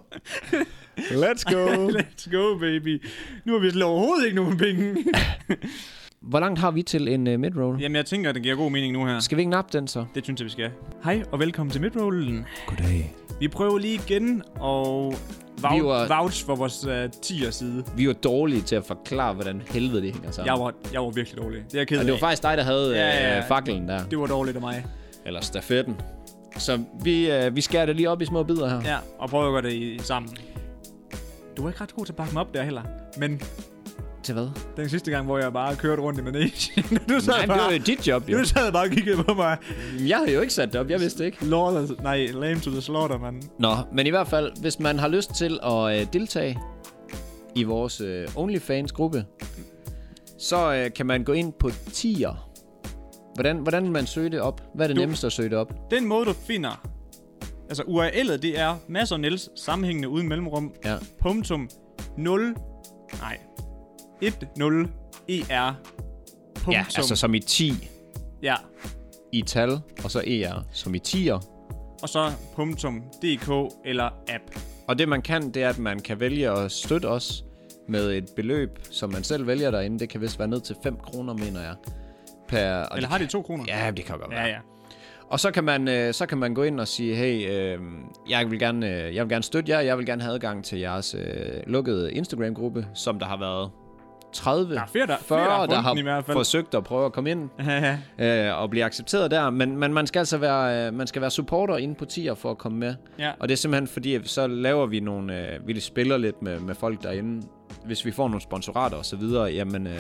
[SPEAKER 2] Let's go!
[SPEAKER 1] Let's go, baby. Nu har vi slet overhovedet ikke nogen penge.
[SPEAKER 2] Hvor langt har vi til en uh, midroll?
[SPEAKER 1] Jamen, jeg tænker, at den giver god mening nu her.
[SPEAKER 2] Skal vi ikke nappe den så?
[SPEAKER 1] Det synes jeg, vi skal. Hej, og velkommen til Midrollen.
[SPEAKER 2] Goddag.
[SPEAKER 1] Vi prøver lige igen, og
[SPEAKER 2] Vi
[SPEAKER 1] vou-
[SPEAKER 2] var-
[SPEAKER 1] vouch for vores uh, 10'er side.
[SPEAKER 2] Vi var dårlige til at forklare, hvordan helvede det hænger sammen.
[SPEAKER 1] Jeg var, jeg var virkelig dårlig. Det er jeg ked
[SPEAKER 2] Og
[SPEAKER 1] af.
[SPEAKER 2] det var faktisk dig, der havde
[SPEAKER 1] Ja,
[SPEAKER 2] ja,
[SPEAKER 1] ja,
[SPEAKER 2] ja.
[SPEAKER 1] ja.
[SPEAKER 2] Øh, faklen der.
[SPEAKER 1] det var dårligt af mig.
[SPEAKER 2] Eller stafetten. Så vi, øh, vi skærer det lige op i små bidder her.
[SPEAKER 1] Ja, og prøv at gøre det i, sammen. Du var ikke ret god til at bakke mig op der heller. Men
[SPEAKER 2] Til hvad?
[SPEAKER 1] den sidste gang, hvor jeg bare kørte rundt i managen, du sad
[SPEAKER 2] Nej, men
[SPEAKER 1] bare...
[SPEAKER 2] det var jo dit job, jo.
[SPEAKER 1] Du sad bare og kiggede på mig.
[SPEAKER 2] Jeg havde jo ikke sat det op, jeg vidste det ikke.
[SPEAKER 1] Lord, nej, lame to the slaughter, mand.
[SPEAKER 2] Nå, men i hvert fald, hvis man har lyst til at øh, deltage i vores øh, OnlyFans-gruppe, så øh, kan man gå ind på tier. Hvordan, hvordan vil man søge det op? Hvad er det
[SPEAKER 1] Du-
[SPEAKER 2] nemmeste at søge det op?
[SPEAKER 1] Den måde, du finder... Altså, URL'et, det er masser og Niels sammenhængende uden mellemrum.
[SPEAKER 2] Ja.
[SPEAKER 1] Punktum 0... Nej. 1 0 ER. Punktum.
[SPEAKER 2] ja, altså som i 10
[SPEAKER 1] ja.
[SPEAKER 2] i tal, og så ER som i tier.
[SPEAKER 1] Og så punktum DK eller app.
[SPEAKER 2] Og det man kan, det er, at man kan vælge at støtte os med et beløb, som man selv vælger derinde. Det kan vist være ned til 5 kroner, mener jeg. Per, og
[SPEAKER 1] Eller
[SPEAKER 2] det
[SPEAKER 1] har de to kroner?
[SPEAKER 2] kan, ja, det kan godt være.
[SPEAKER 1] Ja, ja.
[SPEAKER 2] Og så kan man øh, så kan man gå ind og sige, hey, øh, jeg vil gerne øh, jeg vil gerne støtte jer, jeg vil gerne have adgang til jeres øh, lukkede Instagram-gruppe, som der har været 30,
[SPEAKER 1] Der er flere, der-
[SPEAKER 2] 40,
[SPEAKER 1] flere, der har
[SPEAKER 2] der
[SPEAKER 1] fundet
[SPEAKER 2] har
[SPEAKER 1] den i hvert fald.
[SPEAKER 2] forsøgt at prøve at komme ind
[SPEAKER 1] ja.
[SPEAKER 2] øh, og blive accepteret der. Men, men man skal altså være øh, man skal være supporter inde på tier for at komme med.
[SPEAKER 1] Ja.
[SPEAKER 2] Og det er simpelthen fordi, at så laver vi nogle, øh, vi spiller lidt med, med folk derinde. Hvis vi får nogle sponsorater og så videre, jamen øh,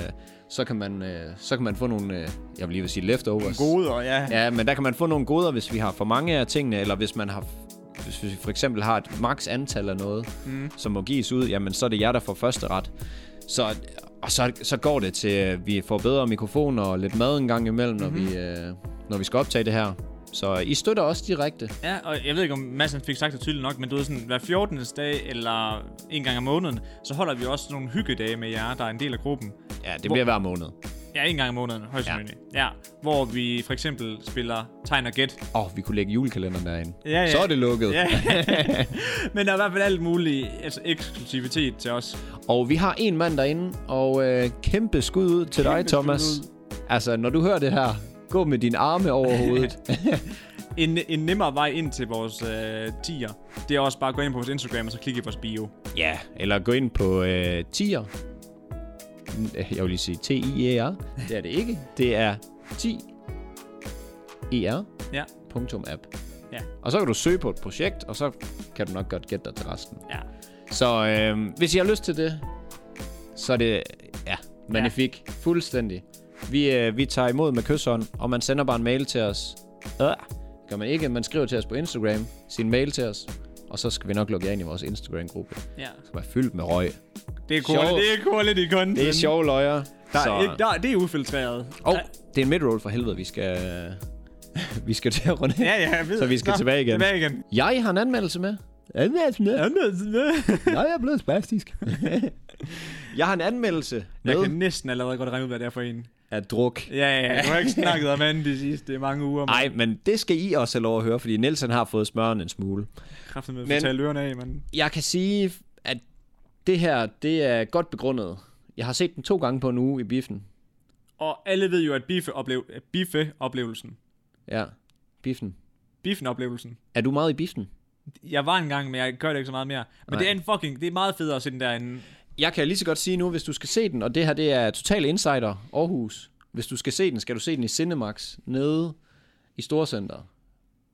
[SPEAKER 2] så kan man øh, så kan man få nogle, øh, jeg vil lige vil sige leftovers.
[SPEAKER 1] Gode, og ja.
[SPEAKER 2] Ja, men der kan man få nogle goder, hvis vi har for mange af tingene, eller hvis man har hvis vi for eksempel har et maks antal af noget, mm. som må gives ud, jamen så er det jer, der får første ret. Så, og så, så går det til, at vi får bedre mikrofoner og lidt mad en gang imellem, mm-hmm. når, vi, øh, når vi skal optage det her. Så I støtter os direkte.
[SPEAKER 1] Ja, og jeg ved ikke, om Madsen fik sagt det tydeligt nok, men du ved sådan, hver 14. dag eller en gang om måneden, så holder vi også nogle hyggedage med jer, der er en del af gruppen.
[SPEAKER 2] Ja, det
[SPEAKER 1] Hvor-
[SPEAKER 2] bliver hver måned.
[SPEAKER 1] Ja, en gang om måneden, højst
[SPEAKER 2] Ja.
[SPEAKER 1] sandsynligt. Ja. ja. Hvor vi for eksempel spiller tegn og gæt.
[SPEAKER 2] Åh, oh, vi kunne lægge julekalenderen derinde.
[SPEAKER 1] Ja, ja.
[SPEAKER 2] Så er det lukket.
[SPEAKER 1] Ja. men der er i hvert fald alt muligt altså eksklusivitet til os.
[SPEAKER 2] Og vi har en mand derinde, og øh, kæmpe skud ud til kæmpe dig,
[SPEAKER 1] skud
[SPEAKER 2] Thomas.
[SPEAKER 1] ud.
[SPEAKER 2] Altså, når du hører det her, gå med dine arme over hovedet.
[SPEAKER 1] En, en nemmere vej ind til vores øh, tier, det er også bare at gå ind på vores Instagram og så klikke i vores bio.
[SPEAKER 2] Ja, eller gå ind på øh, tier. Jeg vil lige sige T-I-E-R. Det er det ikke. Det er E 10
[SPEAKER 1] Ja,
[SPEAKER 2] erapp
[SPEAKER 1] ja,
[SPEAKER 2] Og så kan du søge på et projekt, og så kan du nok godt gætte dig til resten.
[SPEAKER 1] ja.
[SPEAKER 2] Så øh, hvis I har lyst til det, så er det ja, magnifik. Ja. Fuldstændig. Vi, øh, vi tager imod med kysshånd, og man sender bare en mail til os. Øh, gør man ikke. Man skriver til os på Instagram, sin mail til os, og så skal vi nok lukke jer ind i vores Instagram-gruppe,
[SPEAKER 1] ja.
[SPEAKER 2] som er fyldt med røg.
[SPEAKER 1] Det er
[SPEAKER 2] Sjov.
[SPEAKER 1] cool, det er cool i content.
[SPEAKER 2] Det er sjove løjer.
[SPEAKER 1] Der
[SPEAKER 2] så...
[SPEAKER 1] er ikke, der, det er ufiltreret.
[SPEAKER 2] Oh,
[SPEAKER 1] Der-
[SPEAKER 2] det er en midroll for helvede, vi skal... vi skal til at runde af.
[SPEAKER 1] Ja, ja, jeg ved.
[SPEAKER 2] Så vi skal tilbage igen.
[SPEAKER 1] Tilbage igen.
[SPEAKER 2] Jeg har en anmeldelse med. Anmeldelse med?
[SPEAKER 1] altså
[SPEAKER 2] Nej, jeg er blevet spastisk. jeg har en anmeldelse
[SPEAKER 1] Jeg
[SPEAKER 2] med
[SPEAKER 1] kan næsten allerede godt regne ud, hvad det er for en.
[SPEAKER 2] af druk.
[SPEAKER 1] Ja, ja, ja. Du har ikke snakket om anden de sidste mange uger. Man
[SPEAKER 2] Nej, men det skal I også have lov at høre, fordi Nielsen har fået smøren en smule.
[SPEAKER 1] kræfter med at
[SPEAKER 2] Men-
[SPEAKER 1] fortælle ørerne af, men...
[SPEAKER 2] Jeg kan sige, at det her, det er godt begrundet. Jeg har set den to gange på en uge i biffen.
[SPEAKER 1] Og alle ved jo, at biffe oplev- biffe-oplevelsen.
[SPEAKER 2] Ja, biffen.
[SPEAKER 1] Biffen-oplevelsen.
[SPEAKER 2] Er du meget i biffen?
[SPEAKER 1] Jeg var engang, men jeg gør det ikke så meget mere. Men
[SPEAKER 2] Nej.
[SPEAKER 1] det er en fucking... Det er meget federe at se den derinde.
[SPEAKER 2] Jeg kan lige så godt sige nu, hvis du skal se den, og det her det er Total Insider Aarhus. Hvis du skal se den, skal du se den i Cinemax nede i Storcenter.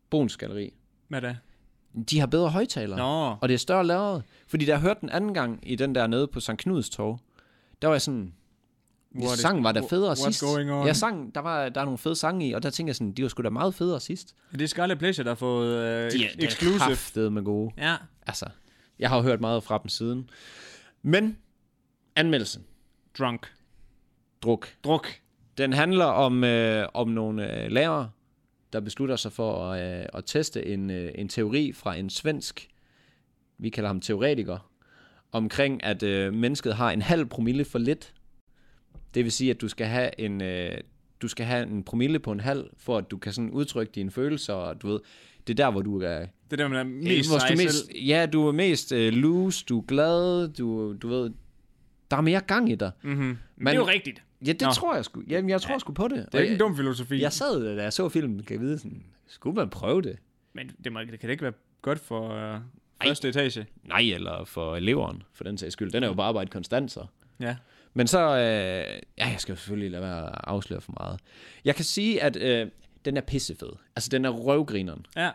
[SPEAKER 2] Bogens Galeri.
[SPEAKER 1] Hvad da?
[SPEAKER 2] De har bedre højtalere.
[SPEAKER 1] Nå.
[SPEAKER 2] Og det er større lærred. Fordi da jeg hørte den anden gang i den der nede på St. Knuds Torv, der var jeg sådan...
[SPEAKER 1] What
[SPEAKER 2] What
[SPEAKER 1] is-
[SPEAKER 2] sangen var da
[SPEAKER 1] wh-
[SPEAKER 2] federe
[SPEAKER 1] what's
[SPEAKER 2] sidst.
[SPEAKER 1] going on?
[SPEAKER 2] Ja, sangen, der, var, der er nogle fede sange i, og der tænker jeg sådan, de var sgu da meget federe sidst.
[SPEAKER 1] Det er Scarlet Pleasure, der har fået øh, exclusive.
[SPEAKER 2] Exclusive. med gode.
[SPEAKER 1] Ja.
[SPEAKER 2] Altså, jeg har jo hørt meget fra dem siden. Men anmeldelsen,
[SPEAKER 1] Drunk.
[SPEAKER 2] druk,
[SPEAKER 1] Druk.
[SPEAKER 2] den handler om, øh, om nogle øh, lærere, der beslutter sig for at, øh, at teste en, øh, en teori fra en svensk, vi kalder ham teoretiker, omkring at øh, mennesket har en halv promille for lidt. Det vil sige, at du skal have en, øh, du skal have en promille på en halv, for at du kan sådan udtrykke dine følelser, og du ved, det er der, hvor du er
[SPEAKER 1] Det er der, man er
[SPEAKER 2] Øh,
[SPEAKER 1] mest
[SPEAKER 2] hvor
[SPEAKER 1] sig
[SPEAKER 2] du
[SPEAKER 1] selv.
[SPEAKER 2] mest, Ja, du er mest øh, loose, du er glad, du, du ved, der er mere gang i dig.
[SPEAKER 1] Mm-hmm. Men det
[SPEAKER 2] Man-
[SPEAKER 1] er jo rigtigt. Det
[SPEAKER 2] Ja, det
[SPEAKER 1] Nå.
[SPEAKER 2] tror jeg sgu. Jamen, jeg tror sgu på det.
[SPEAKER 1] er ikke en dum filosofi.
[SPEAKER 2] jeg, jeg sad, da jeg så filmen, kan jeg vide sådan, skulle man prøve det?
[SPEAKER 1] Men det, må, det kan da ikke være godt for øh, første etage.
[SPEAKER 2] Nej, eller for eleveren, for den sags skyld. Den er jo bare arbejde konstant, så.
[SPEAKER 1] Ja.
[SPEAKER 2] Men så, øh, ja, jeg skal jo selvfølgelig lade være at afsløre for meget. Jeg kan sige, at øh, den er pissefed. Altså, den er røvgrineren.
[SPEAKER 1] Ja.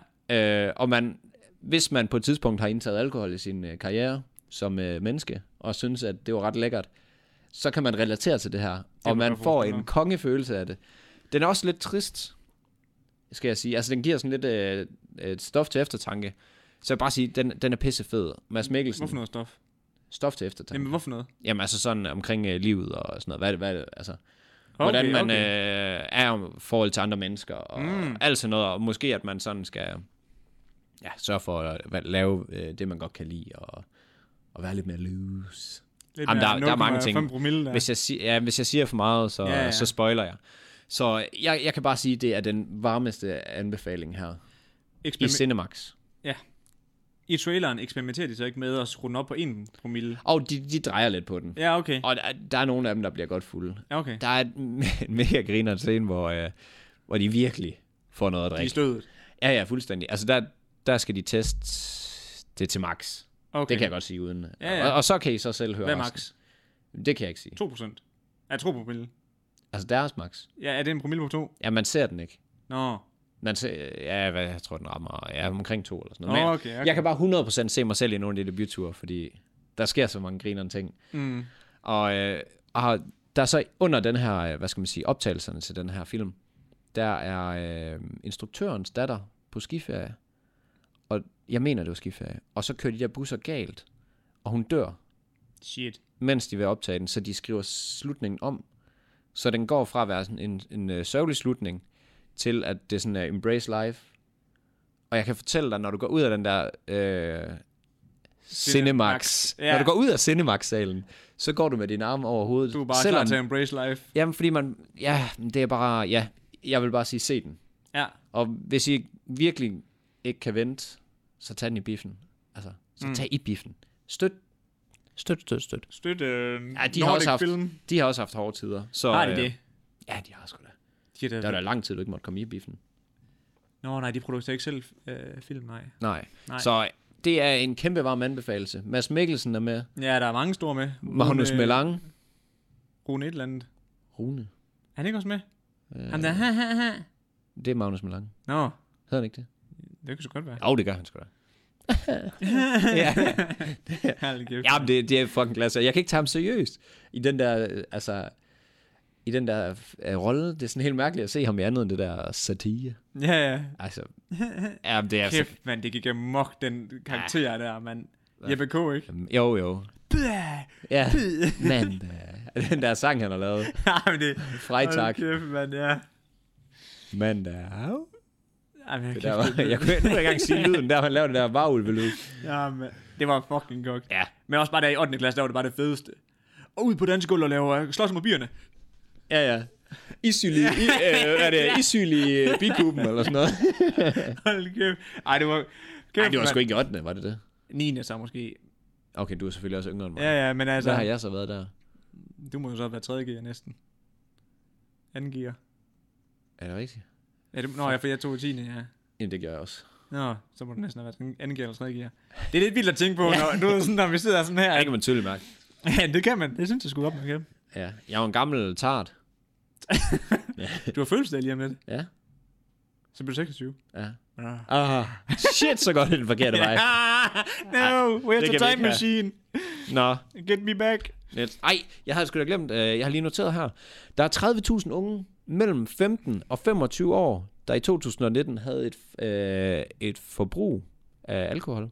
[SPEAKER 2] Øh, og man, hvis man på et tidspunkt har indtaget alkohol i sin øh, karriere som øh, menneske, og synes, at det var ret lækkert, så kan man relatere til det her,
[SPEAKER 1] man
[SPEAKER 2] og man
[SPEAKER 1] godt
[SPEAKER 2] får
[SPEAKER 1] forestille
[SPEAKER 2] en
[SPEAKER 1] mig.
[SPEAKER 2] kongefølelse af det. Den er også lidt trist, skal jeg sige. Altså, den giver sådan lidt øh, et stof til eftertanke. Så jeg vil bare sige, den, den er pissefed. Mads Mikkelsen,
[SPEAKER 1] Hvorfor noget stof?
[SPEAKER 2] stof til eftertanke.
[SPEAKER 1] Jamen, hvorfor noget?
[SPEAKER 2] Jamen, altså sådan omkring øh, livet og sådan noget. Hvad, er det- hvad, er det- altså, hvordan man øh, er i forhold til andre mennesker, og
[SPEAKER 1] Mm.
[SPEAKER 2] mm. alt sådan noget, og måske at man sådan skal ja, sørge for at va- lave øh, det, man godt kan lide, og, og være lidt mere loose.
[SPEAKER 1] Lidt
[SPEAKER 2] Jamen,
[SPEAKER 1] mere
[SPEAKER 2] der- der er mange
[SPEAKER 1] 0,5
[SPEAKER 2] ting.
[SPEAKER 1] Promille, der.
[SPEAKER 2] Ja. Hvis, jeg, si- ja, hvis jeg siger for meget, så,
[SPEAKER 1] Ja,
[SPEAKER 2] ja,
[SPEAKER 1] ja.
[SPEAKER 2] ja. så spoiler jeg. Så jeg, jeg kan bare sige, at det er den varmeste anbefaling her i
[SPEAKER 1] Eksperime-
[SPEAKER 2] Cinemax.
[SPEAKER 1] I traileren eksperimenterer de så ikke med at skrue den op på en promille.
[SPEAKER 2] Og de, de drejer lidt på den.
[SPEAKER 1] Ja, okay.
[SPEAKER 2] Og der, der er nogle af dem, der bliver godt fulde.
[SPEAKER 1] Ja, okay.
[SPEAKER 2] Der er en mega griner scene, hvor, øh, hvor de virkelig får noget at
[SPEAKER 1] De er
[SPEAKER 2] drikke.
[SPEAKER 1] stødet.
[SPEAKER 2] Ja, ja, fuldstændig. Altså, der, der skal de teste det til max.
[SPEAKER 1] Okay.
[SPEAKER 2] Okay. Det kan jeg godt sige uden.
[SPEAKER 1] Ja, ja.
[SPEAKER 2] Og, og så kan I så selv høre
[SPEAKER 1] Hvad er
[SPEAKER 2] resten.
[SPEAKER 1] max?
[SPEAKER 2] Det kan jeg ikke sige.
[SPEAKER 1] 2 procent. Er 2 promille?
[SPEAKER 2] Altså, deres max.
[SPEAKER 1] Ja, er det en promille på 2?
[SPEAKER 2] Ja, man ser den ikke.
[SPEAKER 1] Nå.
[SPEAKER 2] Man ser, ja, hvad, jeg tror, den rammer ja, omkring to eller sådan
[SPEAKER 1] Nå,
[SPEAKER 2] noget. Men
[SPEAKER 1] okay. okay.
[SPEAKER 2] jeg kan bare 100% se mig selv i nogle af de debutture, fordi der sker så mange grinerende ting.
[SPEAKER 1] Mm.
[SPEAKER 2] Og, øh, og der er så under den her, øh, hvad skal man sige, optagelserne til den her film, der er øh, instruktørens datter på skiferie. Og jeg mener, det var skiferie. Og så kører de der busser galt, og hun dør,
[SPEAKER 1] Shit.
[SPEAKER 2] mens de vil optage den, så de skriver slutningen om. Så den går fra at være sådan en, en øh, sørgelig slutning, til at det er sådan er embrace life. Og jeg kan fortælle dig, når du går ud af den der øh, Cinemax,
[SPEAKER 1] Ja.
[SPEAKER 2] ja. når du går ud af Cinemax-salen, så går du med dine arme over hovedet.
[SPEAKER 1] Du er bare klar til at embrace life.
[SPEAKER 2] Jamen, fordi man... Ja, det er bare... Ja, jeg vil bare sige, se den.
[SPEAKER 1] Ja.
[SPEAKER 2] Og hvis I virkelig ikke kan vente, så tag den i biffen. Altså, så
[SPEAKER 1] Mm.
[SPEAKER 2] mm. tag i biffen. Støt. Støt, støt, støt.
[SPEAKER 1] Støtte øh,
[SPEAKER 2] Ja, de har,
[SPEAKER 1] Nordic
[SPEAKER 2] også haft,
[SPEAKER 1] Film.
[SPEAKER 2] de har også haft hårde tider. Så,
[SPEAKER 1] Har de
[SPEAKER 2] øh,
[SPEAKER 1] det?
[SPEAKER 2] Ja, de har sgu da.
[SPEAKER 1] De er
[SPEAKER 2] Der var
[SPEAKER 1] da...
[SPEAKER 2] da lang tid, du ikke måtte komme i biffen.
[SPEAKER 1] Nå, nej, de producerer ikke selv øh, film, nej.
[SPEAKER 2] Nej.
[SPEAKER 1] Nej.
[SPEAKER 2] Nej. Så det er en kæmpe varm anbefalelse. Mads Mikkelsen er med.
[SPEAKER 1] Ja, der er mange store med.
[SPEAKER 2] Magnus
[SPEAKER 1] Rune-
[SPEAKER 2] Melange.
[SPEAKER 1] Rune et eller andet.
[SPEAKER 2] Rune.
[SPEAKER 1] Er han ikke også med?
[SPEAKER 2] Øh,
[SPEAKER 1] Ham der, ha, ha, ha.
[SPEAKER 2] det er Magnus Melange.
[SPEAKER 1] Nå,
[SPEAKER 2] Hedder han ikke det?
[SPEAKER 1] det kan så godt være.
[SPEAKER 2] Jo, det gør han sgu da.
[SPEAKER 1] ja.
[SPEAKER 2] Ja.
[SPEAKER 1] Herlig kæft.
[SPEAKER 2] Ja, men det, det er fucking klasse. Jeg kan ikke tage ham seriøst i den der, øh, altså, i den der øh, rolle. Det er sådan helt mærkeligt at se ham i andet end det der satire.
[SPEAKER 1] ja, ja.
[SPEAKER 2] Altså, ja, men det er altså- så...
[SPEAKER 1] Kæft, mand, det gik amok, den karakter der, mand. Jeppe K, ikke?
[SPEAKER 2] Jamen, Jo, jo.
[SPEAKER 1] Bæh,
[SPEAKER 2] Ja,
[SPEAKER 1] bæh.
[SPEAKER 2] men øh, den der sang, han har lavet.
[SPEAKER 1] Ja, men det...
[SPEAKER 2] Frej tak.
[SPEAKER 1] Hold kæft, mand, ja.
[SPEAKER 2] Mandag.
[SPEAKER 1] Ej, men
[SPEAKER 2] Det
[SPEAKER 1] kæft,
[SPEAKER 2] der var,
[SPEAKER 1] lød-
[SPEAKER 2] jeg kunne ikke engang sige lyden, der han lavede den der varulvelyd.
[SPEAKER 1] Ja, men det var fucking godt.
[SPEAKER 2] Ja.
[SPEAKER 1] Men også bare der i 8. klasse, der var det bare det fedeste. Og ud på dansegulvet og laver øh, slås mod bierne.
[SPEAKER 2] Ja, ja. Isylig, i, øh, er det isylig øh, bikuben eller sådan noget?
[SPEAKER 1] Hold kæft. Ej, det var... Kæft,
[SPEAKER 2] Nej, det var sgu
[SPEAKER 1] mand.
[SPEAKER 2] ikke i 8. var det det?
[SPEAKER 1] 9. så måske.
[SPEAKER 2] Okay, du er selvfølgelig også yngre end mig.
[SPEAKER 1] Ja, ja, men altså...
[SPEAKER 2] Hvad har jeg så været der?
[SPEAKER 1] Du må jo så være 3. gear næsten. 2. gear.
[SPEAKER 2] Er det rigtigt?
[SPEAKER 1] Ja, det, nå, jeg, for jeg tog i 10. ja.
[SPEAKER 2] Jamen, det gør jeg også.
[SPEAKER 1] Nå, så må det næsten have været sådan 2. gear eller 3. gear. Det er lidt vildt at tænke på, når, du ved, sådan, når vi sidder sådan her.
[SPEAKER 2] Ja, det kan man tydeligt mærke.
[SPEAKER 1] Ja, det kan man. Det synes jeg sgu op, man kan.
[SPEAKER 2] Ja, jeg er jo en gammel tart.
[SPEAKER 1] Du har følelse af lige om lidt.
[SPEAKER 2] Ja.
[SPEAKER 1] Så blev det 26.
[SPEAKER 2] Ja.
[SPEAKER 1] Ah.
[SPEAKER 2] Ah, shit, så går det den forkerte vej.
[SPEAKER 1] no, where's
[SPEAKER 2] kan
[SPEAKER 1] the
[SPEAKER 2] vi
[SPEAKER 1] time
[SPEAKER 2] ikke have.
[SPEAKER 1] machine?
[SPEAKER 2] Nå,
[SPEAKER 1] Get me back.
[SPEAKER 2] Lidt. Ej, jeg havde sgu da glemt, øh, jeg har lige noteret her. Der er 30.000 unge mellem 15 og 25 år, der i 2019 havde et, øh, et forbrug af alkohol,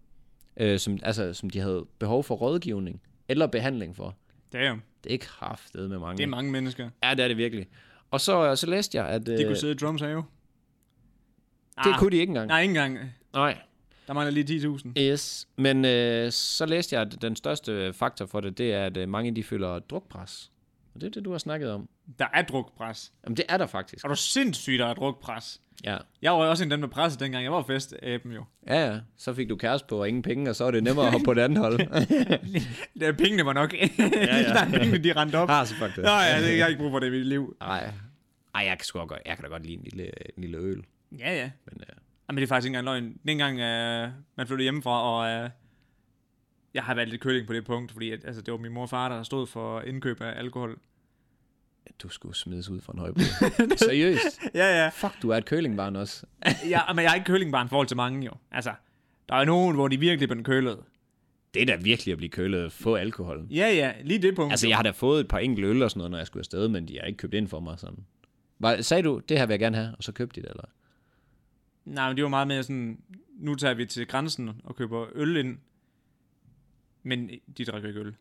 [SPEAKER 2] øh, som, altså, som de havde behov for rådgivning eller behandling for.
[SPEAKER 1] Damn,
[SPEAKER 2] Det er ikke haftet med mange.
[SPEAKER 1] det er mange mennesker.
[SPEAKER 2] ja, det er det virkelig. Og så, så læste jeg, at øh,
[SPEAKER 1] De kunne sidde i drums have. Ah.
[SPEAKER 2] det kunne de ikke engang.
[SPEAKER 1] Nej, ikke engang.
[SPEAKER 2] Nej.
[SPEAKER 1] Der mangler lige 10.000.
[SPEAKER 2] Yes. Men øh, så læste jeg, at den største faktor for det, det er, at øh, mange de føler drukpres. Og det er det, du har snakket om.
[SPEAKER 1] Der er drukpres.
[SPEAKER 2] Jamen, det er der faktisk.
[SPEAKER 1] Er du sindssygt, der er drukpres?
[SPEAKER 2] Ja.
[SPEAKER 1] Jeg var jo også en af dem, der pressede dengang. Jeg var festaben jo.
[SPEAKER 2] Ja, ja. Så fik du kæreste på og ingen penge, og så er det nemmere at hoppe på det andet hold.
[SPEAKER 1] Ja, pengene var nok. ja, ja. Der er pengene, de rendte op.
[SPEAKER 2] ah, så fuck det.
[SPEAKER 1] Nå ja, det, jeg har ikke brug for det i mit liv.
[SPEAKER 2] Ej. Ej, jeg kan, sgu også godt, jeg kan da godt lide en lille, en lille øl.
[SPEAKER 1] Ja, ja.
[SPEAKER 2] Men, øh,
[SPEAKER 1] Jamen, det er faktisk ikke engang løgn. Dengang øh, man flyttede hjemmefra, og øh, jeg har været lidt køling på det punkt, fordi at, altså, det var min mor og far, der stod for indkøb af alkohol.
[SPEAKER 2] du skulle smides ud fra en højbro. Seriøst?
[SPEAKER 1] ja, ja.
[SPEAKER 2] Fuck, du er et kølingbarn også.
[SPEAKER 1] ja men jeg er ikke kølingbarn i forhold til mange jo. Altså, der er nogen, hvor de virkelig blev kølet.
[SPEAKER 2] Det er da virkelig at blive kølet få alkohol.
[SPEAKER 1] Ja, ja, lige det punkt.
[SPEAKER 2] Altså, jeg har da fået et par enkelte øl og sådan noget, når jeg skulle afsted, men de har ikke købt ind for mig sådan. Var, sagde du, det her vil jeg gerne have, og så købte de det, eller?
[SPEAKER 1] Nej, men det var meget mere sådan, nu tager vi til grænsen og køber øl ind. Men de drikker ikke øl.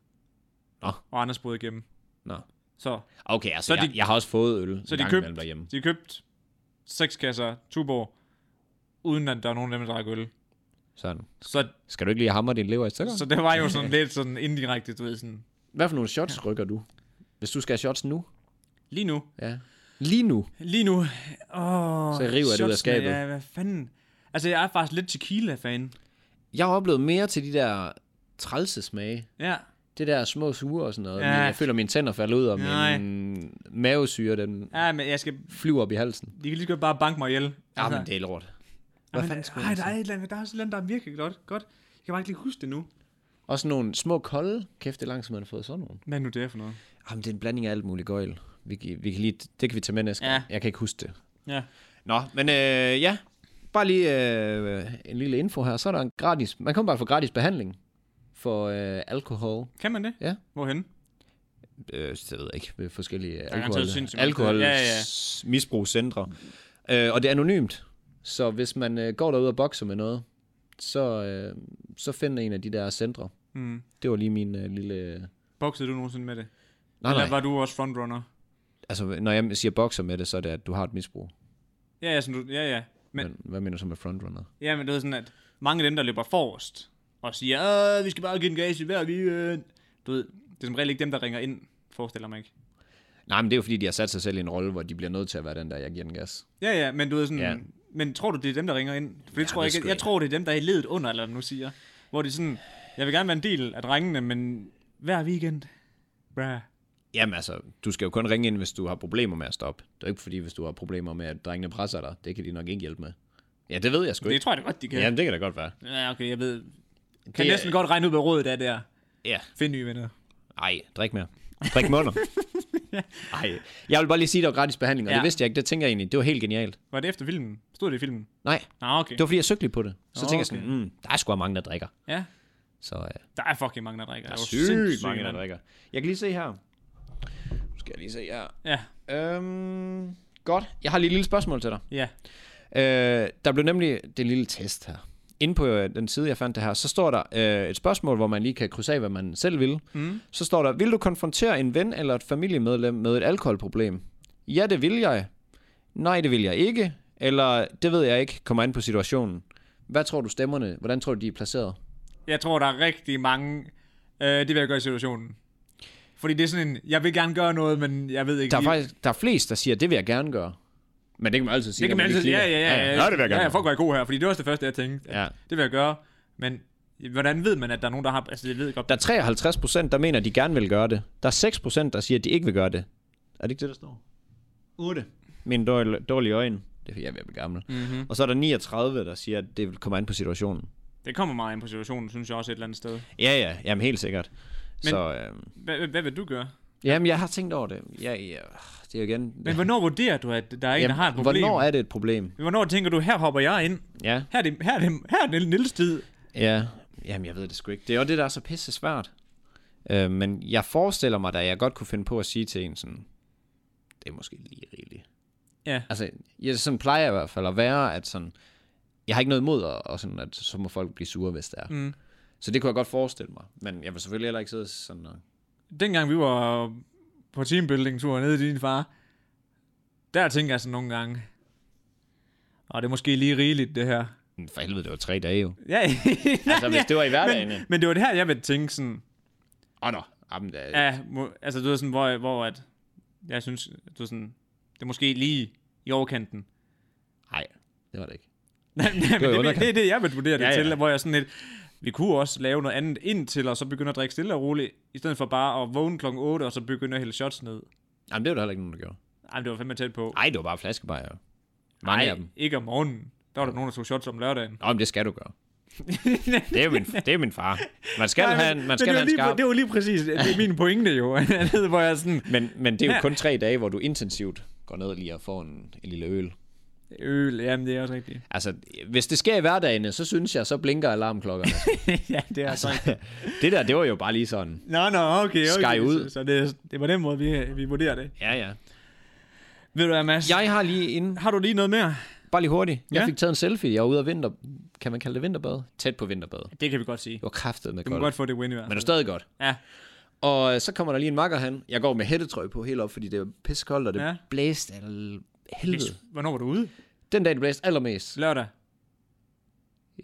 [SPEAKER 2] Nå.
[SPEAKER 1] Og Anders brød igennem.
[SPEAKER 2] Nå.
[SPEAKER 1] Så,
[SPEAKER 2] Okay, altså,
[SPEAKER 1] Så
[SPEAKER 2] så
[SPEAKER 1] de-
[SPEAKER 2] de, jeg, jeg, har også fået øl
[SPEAKER 1] så
[SPEAKER 2] en
[SPEAKER 1] de
[SPEAKER 2] gang
[SPEAKER 1] købte-
[SPEAKER 2] imellem derhjemme.
[SPEAKER 1] de købte seks kasser Tuborg, uden at der var nogen af dem, der drak øl.
[SPEAKER 2] Sådan.
[SPEAKER 1] Så,
[SPEAKER 2] Skal du ikke lige hamre din lever i stykker?
[SPEAKER 1] så det var jo sådan lidt sådan indirekte, du ved sådan,
[SPEAKER 2] Hvad for nogle shots rykker du? Hvis du skal have shots nu?
[SPEAKER 1] lige nu,
[SPEAKER 2] Ja. Lige nu?
[SPEAKER 1] lige nu, åh,
[SPEAKER 2] Så river jeg det ud af
[SPEAKER 1] shotsene,
[SPEAKER 2] skabet.
[SPEAKER 1] Ja, hvad fanden. Altså, jeg er faktisk lidt tequila-fan.
[SPEAKER 2] Jeg har oplevet mere til de der trælse smage.
[SPEAKER 1] Ja,
[SPEAKER 2] Det der små sure og sådan noget.
[SPEAKER 1] Ja.
[SPEAKER 2] Ja. Jeg føler, at mine tænder falder ud, og
[SPEAKER 1] Nej.
[SPEAKER 2] min mavesyre, den
[SPEAKER 1] ja men jeg skal
[SPEAKER 2] flyver op i halsen.
[SPEAKER 1] De kan lige så godt bare banke mig ihjel.
[SPEAKER 2] Ja, men det er lort. Hvad fanden skulle
[SPEAKER 1] nej,
[SPEAKER 2] jeg
[SPEAKER 1] der er et eller andet, der er også et eller andet, der er virkelig godt. godt. Jeg kan bare ikke lige huske det nu.
[SPEAKER 2] Også nogle små kolde. Kæft, det er langt, som man har fået sådan nogle.
[SPEAKER 1] Hvad er nu det er for noget?
[SPEAKER 2] Jamen, det er en blanding af alt muligt gøjl. Vi, kan- vi kan lige, det kan vi tage med næste
[SPEAKER 1] Ja.
[SPEAKER 2] gang. Jeg kan ikke huske det.
[SPEAKER 1] Ja.
[SPEAKER 2] Nå, men øh, ja. Bare lige øh, en lille info her. Så er der en gratis... Man kan bare få gratis behandling for øh, alkohol.
[SPEAKER 1] Kan man det?
[SPEAKER 2] Ja.
[SPEAKER 1] Hvorhen?
[SPEAKER 2] øh, så jeg ved ikke, ved forskellige
[SPEAKER 1] er
[SPEAKER 2] alkohol,
[SPEAKER 1] garanteret sindssygt mange
[SPEAKER 2] alkohol
[SPEAKER 1] steder.
[SPEAKER 2] ja,
[SPEAKER 1] Ja,
[SPEAKER 2] ja.
[SPEAKER 1] ja.
[SPEAKER 2] misbrugscentre. Øh, og det er anonymt. Så hvis man øh, går derud og bokser med noget, så, øh, så finder en af de der centre.
[SPEAKER 1] Mm.
[SPEAKER 2] Det var lige min øh, lille...
[SPEAKER 1] Boxede du nogensinde med det?
[SPEAKER 2] Nej,
[SPEAKER 1] eller
[SPEAKER 2] nej.
[SPEAKER 1] var du også frontrunner?
[SPEAKER 2] Altså, når jeg siger bokser med det, så er det, at du har et misbrug.
[SPEAKER 1] Ja, ja, sådan, du, ja, ja. Men-
[SPEAKER 2] Men, men hvad mener du så med frontrunner?
[SPEAKER 1] Ja, men det er sådan, at mange af dem, der løber forrest og siger, "Åh, vi skal bare give en gas i hver weekend. Du ved, det er som regel ikke dem, der ringer ind, forestiller mig ikke.
[SPEAKER 2] Nej, men det er jo fordi, de har sat sig selv i en rolle, hvor de bliver nødt til at være den der, jeg giver den gas.
[SPEAKER 1] Ja, ja, men du ved sådan,
[SPEAKER 2] Ja.
[SPEAKER 1] men tror du, det er dem, der ringer ind? For det tror
[SPEAKER 2] Ja, det
[SPEAKER 1] jeg
[SPEAKER 2] er
[SPEAKER 1] ikke.
[SPEAKER 2] sgu
[SPEAKER 1] Jeg
[SPEAKER 2] ikke.
[SPEAKER 1] tror, det er dem, der er i ledet under, eller hvad man nu siger. Hvor det er sådan, jeg vil gerne være en del af drengene, men hver weekend, bruh.
[SPEAKER 2] Jamen altså, du skal jo kun ringe ind, hvis du har problemer med at stoppe. Det er jo ikke fordi, hvis du har problemer med, at drengene presser dig. Det kan de nok ikke hjælpe med. Ja, det ved jeg sgu
[SPEAKER 1] Det
[SPEAKER 2] ikke.
[SPEAKER 1] tror jeg da godt, de kan.
[SPEAKER 2] Jamen, det kan da godt være.
[SPEAKER 1] Ja, okay, jeg ved. Kan
[SPEAKER 2] Det er-
[SPEAKER 1] næsten godt regne ud, hvad rådet er der.
[SPEAKER 2] Ja.
[SPEAKER 1] Find nye venner.
[SPEAKER 2] Ej, drik mere. Drik munder. Ej, jeg vil bare lige sige, at det var gratis behandling, og ja.
[SPEAKER 1] Ja.
[SPEAKER 2] det vidste jeg ikke. Det tænker jeg egentlig, det var helt genialt.
[SPEAKER 1] Var det efter filmen? Stod det i filmen?
[SPEAKER 2] Nej,
[SPEAKER 1] Nå, ah, okay.
[SPEAKER 2] det var fordi, jeg søgte lidt på det. Så
[SPEAKER 1] Nå,
[SPEAKER 2] oh, tænker jeg sådan, mm, der er sgu også mange, der drikker.
[SPEAKER 1] Ja,
[SPEAKER 2] Så øh,
[SPEAKER 1] der er fucking mange, der drikker.
[SPEAKER 2] der er
[SPEAKER 1] Det var
[SPEAKER 2] sygt
[SPEAKER 1] sindssygt
[SPEAKER 2] mange, der drikker. Jeg kan lige se her. Nu skal jeg lige se her.
[SPEAKER 1] Ja,
[SPEAKER 2] Øhm, godt. Jeg har lige et lille spørgsmål til dig.
[SPEAKER 1] ja.
[SPEAKER 2] Øh, der blev nemlig det lille test her. Inde på øh, den side, jeg fandt det her, så står der øh, et spørgsmål, hvor man lige kan krydse af, hvad man selv vil. Mm. Så står der, vil du konfrontere en ven eller et familiemedlem med et alkoholproblem? Ja, det vil jeg. Nej, det vil jeg ikke. Eller, det ved jeg ikke, kommer an på situationen. Hvad tror du stemmerne, hvordan tror du, de er placeret?
[SPEAKER 1] Jeg tror, der er rigtig mange, øh, det vil jeg gøre i situationen. Fordi det er sådan en, jeg vil gerne gøre noget, men jeg ved ikke
[SPEAKER 2] Der er
[SPEAKER 1] lige-
[SPEAKER 2] faktisk der er flest, der siger, det vil jeg gerne gøre. Men det kan man altid sige.
[SPEAKER 1] Det kan man
[SPEAKER 2] når
[SPEAKER 1] altid
[SPEAKER 2] lige
[SPEAKER 1] ja, ja,
[SPEAKER 2] klikker.
[SPEAKER 1] ja,
[SPEAKER 2] ja. Nej, det vil jeg gerne
[SPEAKER 1] Ja,
[SPEAKER 2] gøre.
[SPEAKER 1] fuck, hvor er jeg god her, fordi det var også det første, jeg tænkte.
[SPEAKER 2] Ja.
[SPEAKER 1] Det vil jeg gøre, men hvordan ved man, at der er nogen, der har... Altså, jeg ved godt...
[SPEAKER 2] Der er 53 procent, der mener, at de gerne vil gøre det. Der er 6 procent, der siger, at de ikke vil gøre det. Er det ikke det, der står? 8. Min dårlige, dårlige øjne. Det er fordi, jeg er ved at blive gammel.
[SPEAKER 1] Mm-hmm.
[SPEAKER 2] Og så er der 39, der siger, at det vil komme an på situationen.
[SPEAKER 1] Det kommer meget ind på situationen, synes jeg også et eller andet sted.
[SPEAKER 2] Ja, ja. Jamen helt sikkert. Men, så øh,
[SPEAKER 1] Hvad, hvad vil du gøre?
[SPEAKER 2] Jamen, jeg har tænkt over det. Ja, ja. Det er jo igen...
[SPEAKER 1] Men hvornår vurderer du, at der er en, der har et problem?
[SPEAKER 2] Hvornår er det et problem?
[SPEAKER 1] Hvornår tænker du, her hopper jeg ind?
[SPEAKER 2] Ja.
[SPEAKER 1] Her er det, her er det, her er det Niels tid.
[SPEAKER 2] Ja, jamen jeg ved det sgu ikke. Det er jo det, der er så pisse svært. Øh, men jeg forestiller mig da, at jeg godt kunne finde på at sige til en sådan, det er måske lige rigeligt.
[SPEAKER 1] Ja.
[SPEAKER 2] Altså, jeg, sådan plejer jeg i hvert fald at være, at sådan, jeg har ikke noget imod, at, og sådan, at så må folk blive sure, hvis det er.
[SPEAKER 1] Mm.
[SPEAKER 2] Så det kunne jeg godt forestille mig. Men jeg vil selvfølgelig heller ikke sidde sådan og...
[SPEAKER 1] Dengang vi var på teambuilding-tur nede i din far, der tænker jeg sådan nogle gange, og det er måske lige rigeligt, det her.
[SPEAKER 2] "Men "Mm, For helvede, det var tre dage jo.
[SPEAKER 1] Ja,
[SPEAKER 2] Altså, hvis det var i hverdagen.
[SPEAKER 1] men, men det var det her, jeg ville tænke sådan,
[SPEAKER 2] Åh, oh, nå. Jamen, det er...
[SPEAKER 1] ja, må, altså du ved sådan, hvor, hvor at, jeg synes, du ved sådan, det er måske lige i overkanten.
[SPEAKER 2] Nej, det var det ikke.
[SPEAKER 1] Nej, men det,
[SPEAKER 2] jo
[SPEAKER 1] det,
[SPEAKER 2] underkant.
[SPEAKER 1] det, er det, jeg vil vurdere det
[SPEAKER 2] Ja, ja.
[SPEAKER 1] ja, ja. til, hvor jeg sådan lidt, vi kunne også lave noget andet indtil, og så begynde at drikke stille og roligt, i stedet for bare at vågne klokken 8, og så begynde at hælde shots ned.
[SPEAKER 2] Jamen, det var der heller ikke nogen, der gjorde.
[SPEAKER 1] Ej, men det var fandme tæt på.
[SPEAKER 2] Nej, det var bare flaskebajer. jo. Mange af dem.
[SPEAKER 1] ikke om morgenen. Der var der nogen, der tog shots om lørdagen.
[SPEAKER 2] Nå, men det skal du gøre. det, er jo min, det er min far. Man skal
[SPEAKER 1] Nej,
[SPEAKER 2] have en, man skal
[SPEAKER 1] det,
[SPEAKER 2] have
[SPEAKER 1] var
[SPEAKER 2] en skarp.
[SPEAKER 1] lige, det var lige præcis, det er min pointe jo. hvor jeg sådan,
[SPEAKER 2] Men, men det er jo kun tre dage, hvor du intensivt går ned lige og får en, en lille øl.
[SPEAKER 1] øl, jamen det er også rigtigt.
[SPEAKER 2] Altså, hvis det sker i hverdagen, så synes jeg, så blinker alarmklokkerne.
[SPEAKER 1] ja, det er altså rigtigt.
[SPEAKER 2] det der, det var jo bare lige sådan.
[SPEAKER 1] Nå, nå, okay, okay.
[SPEAKER 2] Sky ud.
[SPEAKER 1] Så, så det, det var den måde, vi, vi vurderer det.
[SPEAKER 2] Ja, ja.
[SPEAKER 1] Ved du hvad, Mads?
[SPEAKER 2] Jeg har lige en,
[SPEAKER 1] Har du lige noget mere?
[SPEAKER 2] bare lige hurtigt. Jeg
[SPEAKER 1] Ja.
[SPEAKER 2] fik taget en selfie. Jeg var ude af vinter... Kan man kalde det vinterbad? Tæt på vinterbad. Det
[SPEAKER 1] Det kan vi godt sige.
[SPEAKER 2] var kraftet med
[SPEAKER 1] Du må
[SPEAKER 2] koldt.
[SPEAKER 1] godt få det win i hvert
[SPEAKER 2] Men det
[SPEAKER 1] fald.
[SPEAKER 2] var stadig godt.
[SPEAKER 1] Ja,
[SPEAKER 2] Og øh, så kommer der lige en makker han. Jeg går med hættetrøje på helt op, fordi det er pissekoldt, og det
[SPEAKER 1] Ja.
[SPEAKER 2] ja. blæste af l- helvede.
[SPEAKER 1] hvornår var du ude?
[SPEAKER 2] Den dag, det blæste allermest.
[SPEAKER 1] Lørdag.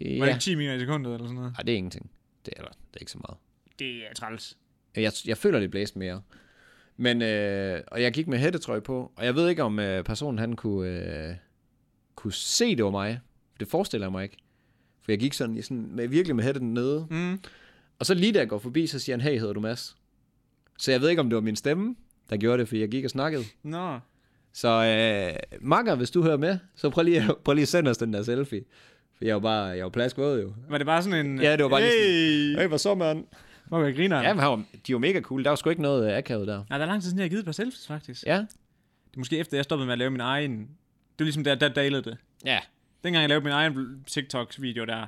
[SPEAKER 1] Var det
[SPEAKER 2] Ja.
[SPEAKER 1] ikke 10 meter i sekundet eller sådan noget?
[SPEAKER 2] Ej, det er ingenting. Det er, eller, det er ikke så meget.
[SPEAKER 1] Det er træls.
[SPEAKER 2] Øh, Jeg, jeg føler, det blæste mere. Men, øh, og jeg gik med hættetrøje på, og jeg ved ikke, om øh, personen han kunne, øh, kunne se, det var mig. Det forestiller jeg mig ikke. For jeg gik sådan, i sådan med, virkelig med hætten nede.
[SPEAKER 1] Mm.
[SPEAKER 2] Og så lige da jeg går forbi, så siger han, hey, hedder du Mads? Så jeg ved ikke, om det var min stemme, der gjorde det, for jeg gik og snakkede.
[SPEAKER 1] Nå.
[SPEAKER 2] Så øh, Makker, hvis du hører med, så prøv lige, prøv lige at sende os den der selfie. For jeg var bare, jeg var plaskvåd jo.
[SPEAKER 1] Var det bare sådan en...
[SPEAKER 2] Ja, det var bare lige
[SPEAKER 1] hey.
[SPEAKER 2] Hey, hvad så, mand?
[SPEAKER 1] Hvor jeg griner.
[SPEAKER 2] Ja, men han var- de var mega cool. Der var sgu ikke noget øh, akavet der.
[SPEAKER 1] Nej, der er lang tid siden, jeg har givet et par selfies, faktisk.
[SPEAKER 2] Ja.
[SPEAKER 1] Det er måske efter, jeg stoppede med at lave min egen... Det var ligesom der, der dalede det.
[SPEAKER 2] Ja.
[SPEAKER 1] Dengang jeg lavede min egen TikTok-video der,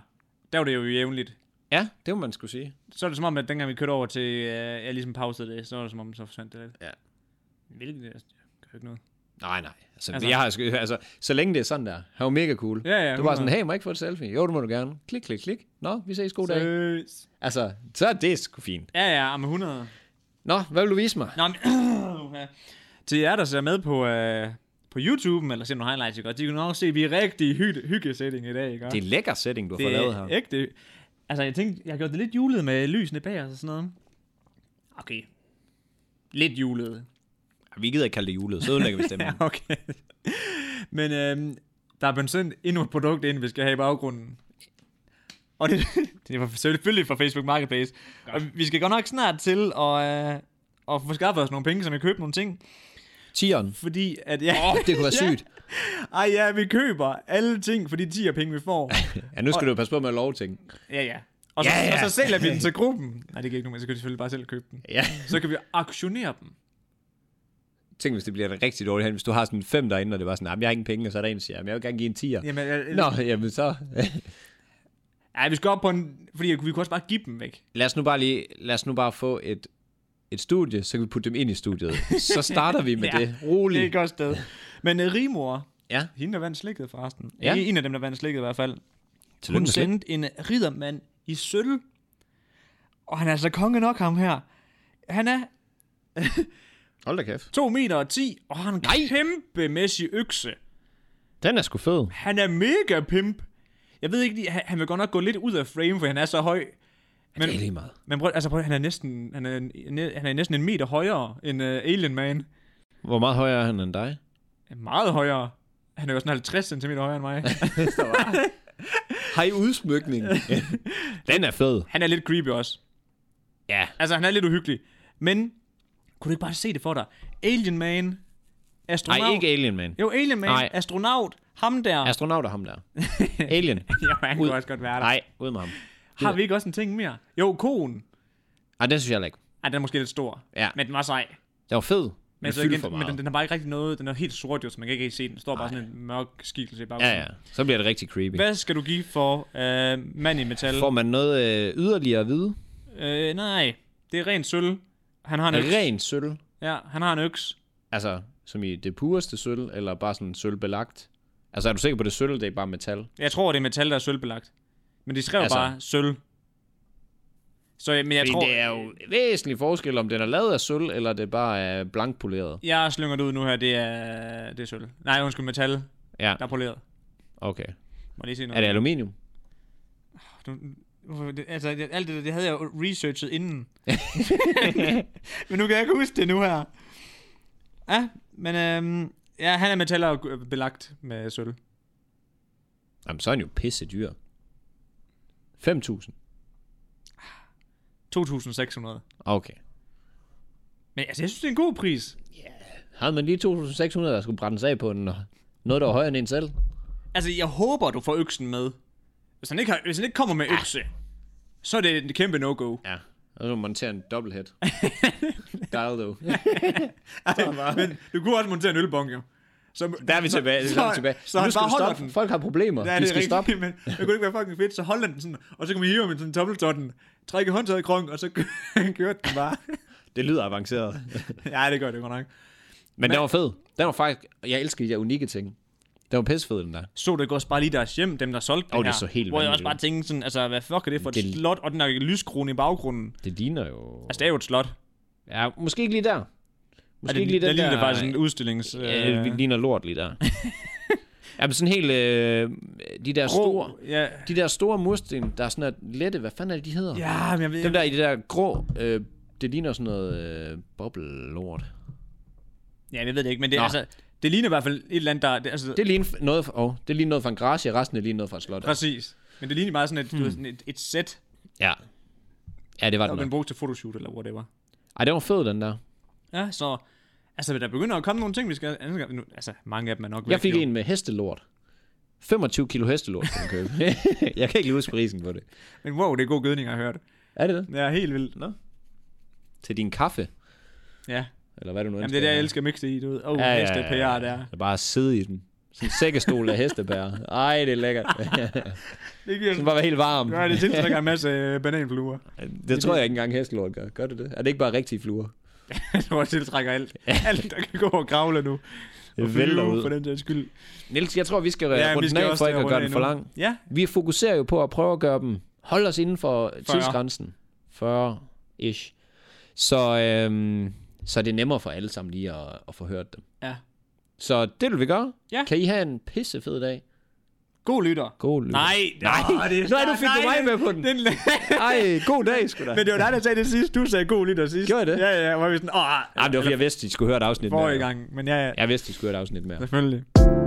[SPEAKER 1] der var det jo jævnligt.
[SPEAKER 2] Ja, det må man skulle sige.
[SPEAKER 1] Så er det som om, at dengang vi kørte over til, øh, jeg ligesom pausede det, så var det som om, så forsvandt det lidt.
[SPEAKER 2] Ja.
[SPEAKER 1] Hvilket altså, det gør jo ikke noget.
[SPEAKER 2] Nej, nej.
[SPEAKER 1] Altså-
[SPEAKER 2] Altså, altså. Jeg har, sgu- altså, så længe det er sådan der. Han var mega cool.
[SPEAKER 1] Ja, ja.
[SPEAKER 2] Du var sådan, hey, må jeg ikke få et selfie? Jo, det må du gerne. Klik, klik, klik. Nå, vi ses. God dag. Så...
[SPEAKER 1] Seriøs.
[SPEAKER 2] Altså, så er det sgu fint.
[SPEAKER 1] Ja, ja, om 100.
[SPEAKER 2] Nå, hvad vil du vise mig?
[SPEAKER 1] Nå, men, Uha. til jer, der ser med på, øh, på YouTube, eller ser nogle highlights, ikke? også? de kan nok se, at vi er rigtig hy- hygge-setting i dag. Ikke? også?
[SPEAKER 2] Det er en lækker setting, du har fået
[SPEAKER 1] det
[SPEAKER 2] lavet
[SPEAKER 1] er
[SPEAKER 2] her.
[SPEAKER 1] ægte. Altså, jeg tænkte, jeg har gjort det lidt julet med lysene bag os og sådan noget. Okay. Lidt julet.
[SPEAKER 2] Vi gider ikke kalde det julet, så ødelægger vi stemmen.
[SPEAKER 1] Ja, okay. Men øhm, der er blevet sendt endnu et produkt ind, vi skal have i baggrunden. Og det, det var selvfølgelig fra Facebook Marketplace. Og vi skal godt nok snart til at, øh, at få skaffet os nogle penge, så vi køber nogle ting.
[SPEAKER 2] Tieren.
[SPEAKER 1] Fordi at, ja,
[SPEAKER 2] Åh, oh, det kunne være
[SPEAKER 1] Ja.
[SPEAKER 2] sygt.
[SPEAKER 1] Ej ja, vi køber alle ting for de 10 penge, vi får.
[SPEAKER 2] Ja, nu skal du passe på med at love ting.
[SPEAKER 1] Ja, ja. Og så,
[SPEAKER 2] Ja, ja.
[SPEAKER 1] og så sælger vi den til gruppen. Nej, det kan ikke nogen, så kan vi selvfølgelig bare selv købe den.
[SPEAKER 2] Ja.
[SPEAKER 1] Så kan vi aktionere dem.
[SPEAKER 2] Tænk, hvis det bliver en rigtig dårlig hen, hvis du har sådan fem derinde, og det var sådan, "Jamen, jeg har ingen penge, og så er der en, der siger, "Jamen, jeg vil gerne give en tier.
[SPEAKER 1] Jamen, øh,
[SPEAKER 2] Nå, jamen så.
[SPEAKER 1] Ej, vi skal op på en... Fordi vi kunne også bare give dem væk.
[SPEAKER 2] lad os nu bare lige, lad os nu bare få et, et studie, så kan vi putte dem ind i studiet. Så starter vi med
[SPEAKER 1] Ja,
[SPEAKER 2] ja, det.
[SPEAKER 1] Det er et
[SPEAKER 2] Roligt.
[SPEAKER 1] godt sted. Men uh, Rimor,
[SPEAKER 2] Ja.
[SPEAKER 1] hende der vandt slikket forresten. Ja.
[SPEAKER 2] Ja.
[SPEAKER 1] En af dem, der vandt slikket i hvert fald.
[SPEAKER 2] Tillykke
[SPEAKER 1] Hun
[SPEAKER 2] med slik.
[SPEAKER 1] sendte en riddermand i sølv. Og han er altså konge nok, ham her. Han er
[SPEAKER 2] Hold da kæft.
[SPEAKER 1] 2 meter og 10, og har en
[SPEAKER 2] Nej.
[SPEAKER 1] kæmpemæssig økse.
[SPEAKER 2] Den er sgu fed.
[SPEAKER 1] Han er mega pimp. Jeg ved ikke, lige- han, han vil godt nok gå lidt ud af frame, for han er så høj. Men,
[SPEAKER 2] Det er lige meget.
[SPEAKER 1] men prøv, altså prøv, han er næsten, han er, en- han er næsten en meter højere end uh, Alien Man.
[SPEAKER 2] Hvor meget højere er han end dig?
[SPEAKER 1] Meget højere. Han er jo sådan 50 cm højere end mig.
[SPEAKER 2] Hej udsmykning. den er fed.
[SPEAKER 1] han er lidt creepy også.
[SPEAKER 2] Ja.
[SPEAKER 1] Altså, han er lidt uhyggelig. Men, kunne du ikke bare se det for dig? Alien Man, astronaut.
[SPEAKER 2] Nej, ikke Alien Man.
[SPEAKER 1] Jo, Alien Man,
[SPEAKER 2] Nej.
[SPEAKER 1] astronaut, ham der. Ast-
[SPEAKER 2] Astronaut er ham der. Alien.
[SPEAKER 1] jo, han
[SPEAKER 2] Ud.
[SPEAKER 1] kunne også godt være der.
[SPEAKER 2] Nej, ud med ham.
[SPEAKER 1] Har vi ikke også en ting mere? Jo, konen.
[SPEAKER 2] Ej, den synes jeg heller ikke.
[SPEAKER 1] Ej, den er måske lidt stor.
[SPEAKER 2] Ja.
[SPEAKER 1] Men den var sej.
[SPEAKER 2] Den var fed,
[SPEAKER 1] Men,
[SPEAKER 2] men
[SPEAKER 1] så
[SPEAKER 2] fyldte
[SPEAKER 1] igen,
[SPEAKER 2] for
[SPEAKER 1] men
[SPEAKER 2] meget.
[SPEAKER 1] den, den, har bare ikke rigtig noget, den er helt sort jo, så man kan ikke rigtig se den. Den står bare sådan en mørk skikkelse i baggrunden.
[SPEAKER 2] Ja, ja. Så bliver det rigtig creepy.
[SPEAKER 1] Hvad skal du give for øh, mand i metal?
[SPEAKER 2] Får man noget øh, yderligere at vide?
[SPEAKER 1] Øh, nej, det er rent sølv. Han har en øks.
[SPEAKER 2] Rent sølv.
[SPEAKER 1] Ja, han har en øks.
[SPEAKER 2] Altså, som i det pureste sølv, eller bare sådan sølvbelagt? Altså, er du sikker på, det er sølv, det er bare metal?
[SPEAKER 1] Jeg tror, det er metal, der er sølvbelagt. Men de skrev altså.
[SPEAKER 2] Altså.
[SPEAKER 1] bare sølv. Så, men jeg
[SPEAKER 2] Fordi
[SPEAKER 1] tror,
[SPEAKER 2] det er jo væsentlig forskel, om den er lavet af sølv, eller det bare er blankpoleret.
[SPEAKER 1] jeg slynger det ud nu her, det er, det er sølv. Nej, undskyld, metal,
[SPEAKER 2] Ja,
[SPEAKER 1] der er poleret.
[SPEAKER 2] okay.
[SPEAKER 1] Må jeg lige se noget.
[SPEAKER 2] Er det aluminium?
[SPEAKER 1] Nu- hvorfor- det- Altså, det- alt det, der, det havde jeg jo researchet inden. men nu kan jeg ikke huske det nu her. Ja, men øhm, ja, han er metaller og øh, belagt med sølv.
[SPEAKER 2] Jamen, så er den jo pisse dyr. 5.000.
[SPEAKER 1] 2.600.
[SPEAKER 2] Okay.
[SPEAKER 1] Men altså, jeg synes, det er en god pris.
[SPEAKER 2] Havde man lige 2.600, der skulle brændes af på den, og noget, der var højere end en selv?
[SPEAKER 1] Altså, jeg håber, du får øksen med. Hvis han ikke, har, hvis han ikke kommer med økse, så er det en kæmpe no-go.
[SPEAKER 2] Ja. Og så montere en dobbelthead. Dial though.
[SPEAKER 1] Men du kunne også montere en ølbong, jo. Så,
[SPEAKER 2] Der er vi tilbage. Så,
[SPEAKER 1] så-
[SPEAKER 2] er tilbage.
[SPEAKER 1] så han
[SPEAKER 2] nu skal
[SPEAKER 1] bare
[SPEAKER 2] du
[SPEAKER 1] holder
[SPEAKER 2] stoppe.
[SPEAKER 1] den.
[SPEAKER 2] Folk har problemer.
[SPEAKER 1] Ja,
[SPEAKER 2] de
[SPEAKER 1] det er
[SPEAKER 2] skal stoppe.
[SPEAKER 1] rigtigt, men det kunne ikke være fucking fedt. Så holdt han den sådan, og så kan man hive ham i sådan en tommeltotten, trække håndtaget i krong, og så kørte den bare.
[SPEAKER 2] Det lyder avanceret.
[SPEAKER 1] ja, det gør det godt nok.
[SPEAKER 2] Men den var fed. Den var faktisk... og Jeg elsker de der unikke ting. Den var pissefed, den der.
[SPEAKER 1] Så det ikke også bare lige deres hjem, dem der solgte
[SPEAKER 2] Åh,
[SPEAKER 1] det
[SPEAKER 2] det
[SPEAKER 1] her.
[SPEAKER 2] så helt
[SPEAKER 1] Hvor jeg også
[SPEAKER 2] vanvittigt
[SPEAKER 1] bare tænkte sådan, altså hvad fuck er det for et
[SPEAKER 2] Det-
[SPEAKER 1] det... slot, og den der lyskrone i baggrunden.
[SPEAKER 2] Det ligner jo...
[SPEAKER 1] Altså det er jo et slot.
[SPEAKER 2] Ja, måske ikke lige der. Måske
[SPEAKER 1] Altså, det,
[SPEAKER 2] ikke lige
[SPEAKER 1] der
[SPEAKER 2] den der...
[SPEAKER 1] ligner faktisk en udstillings...
[SPEAKER 2] Ja,
[SPEAKER 1] øh,
[SPEAKER 2] det ligner lort lige der. Jamen sådan helt... Øh, de der store...
[SPEAKER 1] grå, ja,
[SPEAKER 2] De der store mursten, der er sådan at lette... Hvad fanden er det, de hedder?
[SPEAKER 1] ja, men jeg ved
[SPEAKER 2] Dem der i det der grå... Øh, det ligner sådan noget øh, boblelort.
[SPEAKER 1] Ja, jeg ved det ikke, men det,
[SPEAKER 2] Nå.
[SPEAKER 1] altså, det ligner i hvert fald et eller andet, der... Det, altså, det...
[SPEAKER 2] Det ligner noget, fra- åh, det ligner noget fra en garage, og resten er lige noget fra et slot.
[SPEAKER 1] Præcis. Men det ligner meget sådan et, hmm. du ved, sådan et, et sæt,
[SPEAKER 2] Ja. Ja, det var
[SPEAKER 1] der
[SPEAKER 2] den
[SPEAKER 1] man
[SPEAKER 2] nok.
[SPEAKER 1] brugte til photoshoot eller whatever.
[SPEAKER 2] Ej, den var fed, den der.
[SPEAKER 1] Ja, så... Altså, der begynder at komme nogle ting, vi skal... nu- Altså, mange af dem er nok...
[SPEAKER 2] Jeg
[SPEAKER 1] væk
[SPEAKER 2] fik
[SPEAKER 1] nu.
[SPEAKER 2] en med hestelort. 25 kilo hestelort kunne man købe. jeg kan ikke lige huske prisen på det.
[SPEAKER 1] Men wow, det er god gødning, jeg har hørt.
[SPEAKER 2] Er det det?
[SPEAKER 1] Det er helt vildt. Nå?
[SPEAKER 2] Til din kaffe?
[SPEAKER 1] Ja.
[SPEAKER 2] Eller hvad du nu
[SPEAKER 1] Jamen, det
[SPEAKER 2] ønsker,
[SPEAKER 1] er det, jeg
[SPEAKER 2] eller?
[SPEAKER 1] elsker at mixe i, du ved. Åh, oh, ja, næste PR der.
[SPEAKER 2] Bare at sidde i den. Sådan en sækkestol af hestebær. Ej, det er lækkert.
[SPEAKER 1] Det giver
[SPEAKER 2] Den bare være helt varm.
[SPEAKER 1] Ja, det tiltrækker en masse øh, bananfluer.
[SPEAKER 2] Det tror jeg ikke engang hestelort gør. Gør det det? Er det ikke bare rigtige fluer?
[SPEAKER 1] Jeg tror, det tiltrækker alt. Alt, der kan gå og kravle nu. Og
[SPEAKER 2] Det vælter
[SPEAKER 1] flyve, For
[SPEAKER 2] ud.
[SPEAKER 1] den sags skyld.
[SPEAKER 2] Niels, jeg tror, vi skal ja,
[SPEAKER 1] men
[SPEAKER 2] runde den af, for
[SPEAKER 1] til
[SPEAKER 2] ikke at
[SPEAKER 1] runde
[SPEAKER 2] gøre
[SPEAKER 1] af
[SPEAKER 2] den for
[SPEAKER 1] nu.
[SPEAKER 2] lang.
[SPEAKER 1] Ja,
[SPEAKER 2] Vi fokuserer jo på at prøve at gøre dem... Hold os inden for tidsgrænsen. 40-ish. Så, øhm, så er det nemmere for alle sammen lige at, at få hørt dem.
[SPEAKER 1] ja.
[SPEAKER 2] Så det vil vi gøre.
[SPEAKER 1] Ja.
[SPEAKER 2] Kan I have en pissefed dag?
[SPEAKER 1] God lytter.
[SPEAKER 2] God lyt.
[SPEAKER 1] Nej,
[SPEAKER 2] Nej.
[SPEAKER 1] Nå, det,
[SPEAKER 2] Nej, du fik du mig med på den.
[SPEAKER 1] den
[SPEAKER 2] Ej, god dag, sgu da.
[SPEAKER 1] men det var dig, der sagde det sidst. Du sagde god lytter sidst.
[SPEAKER 2] Gjorde jeg det? øh,
[SPEAKER 1] Ja, ja, hvor vi sådan, åh, ah,
[SPEAKER 2] Ej, men det var fordi, jeg vidste, de skulle høre et afsnit
[SPEAKER 1] forrige
[SPEAKER 2] mere.
[SPEAKER 1] gang. Men ja, ja,
[SPEAKER 2] Jeg vidste, de skulle høre et afsnit mere.
[SPEAKER 1] selvfølgelig.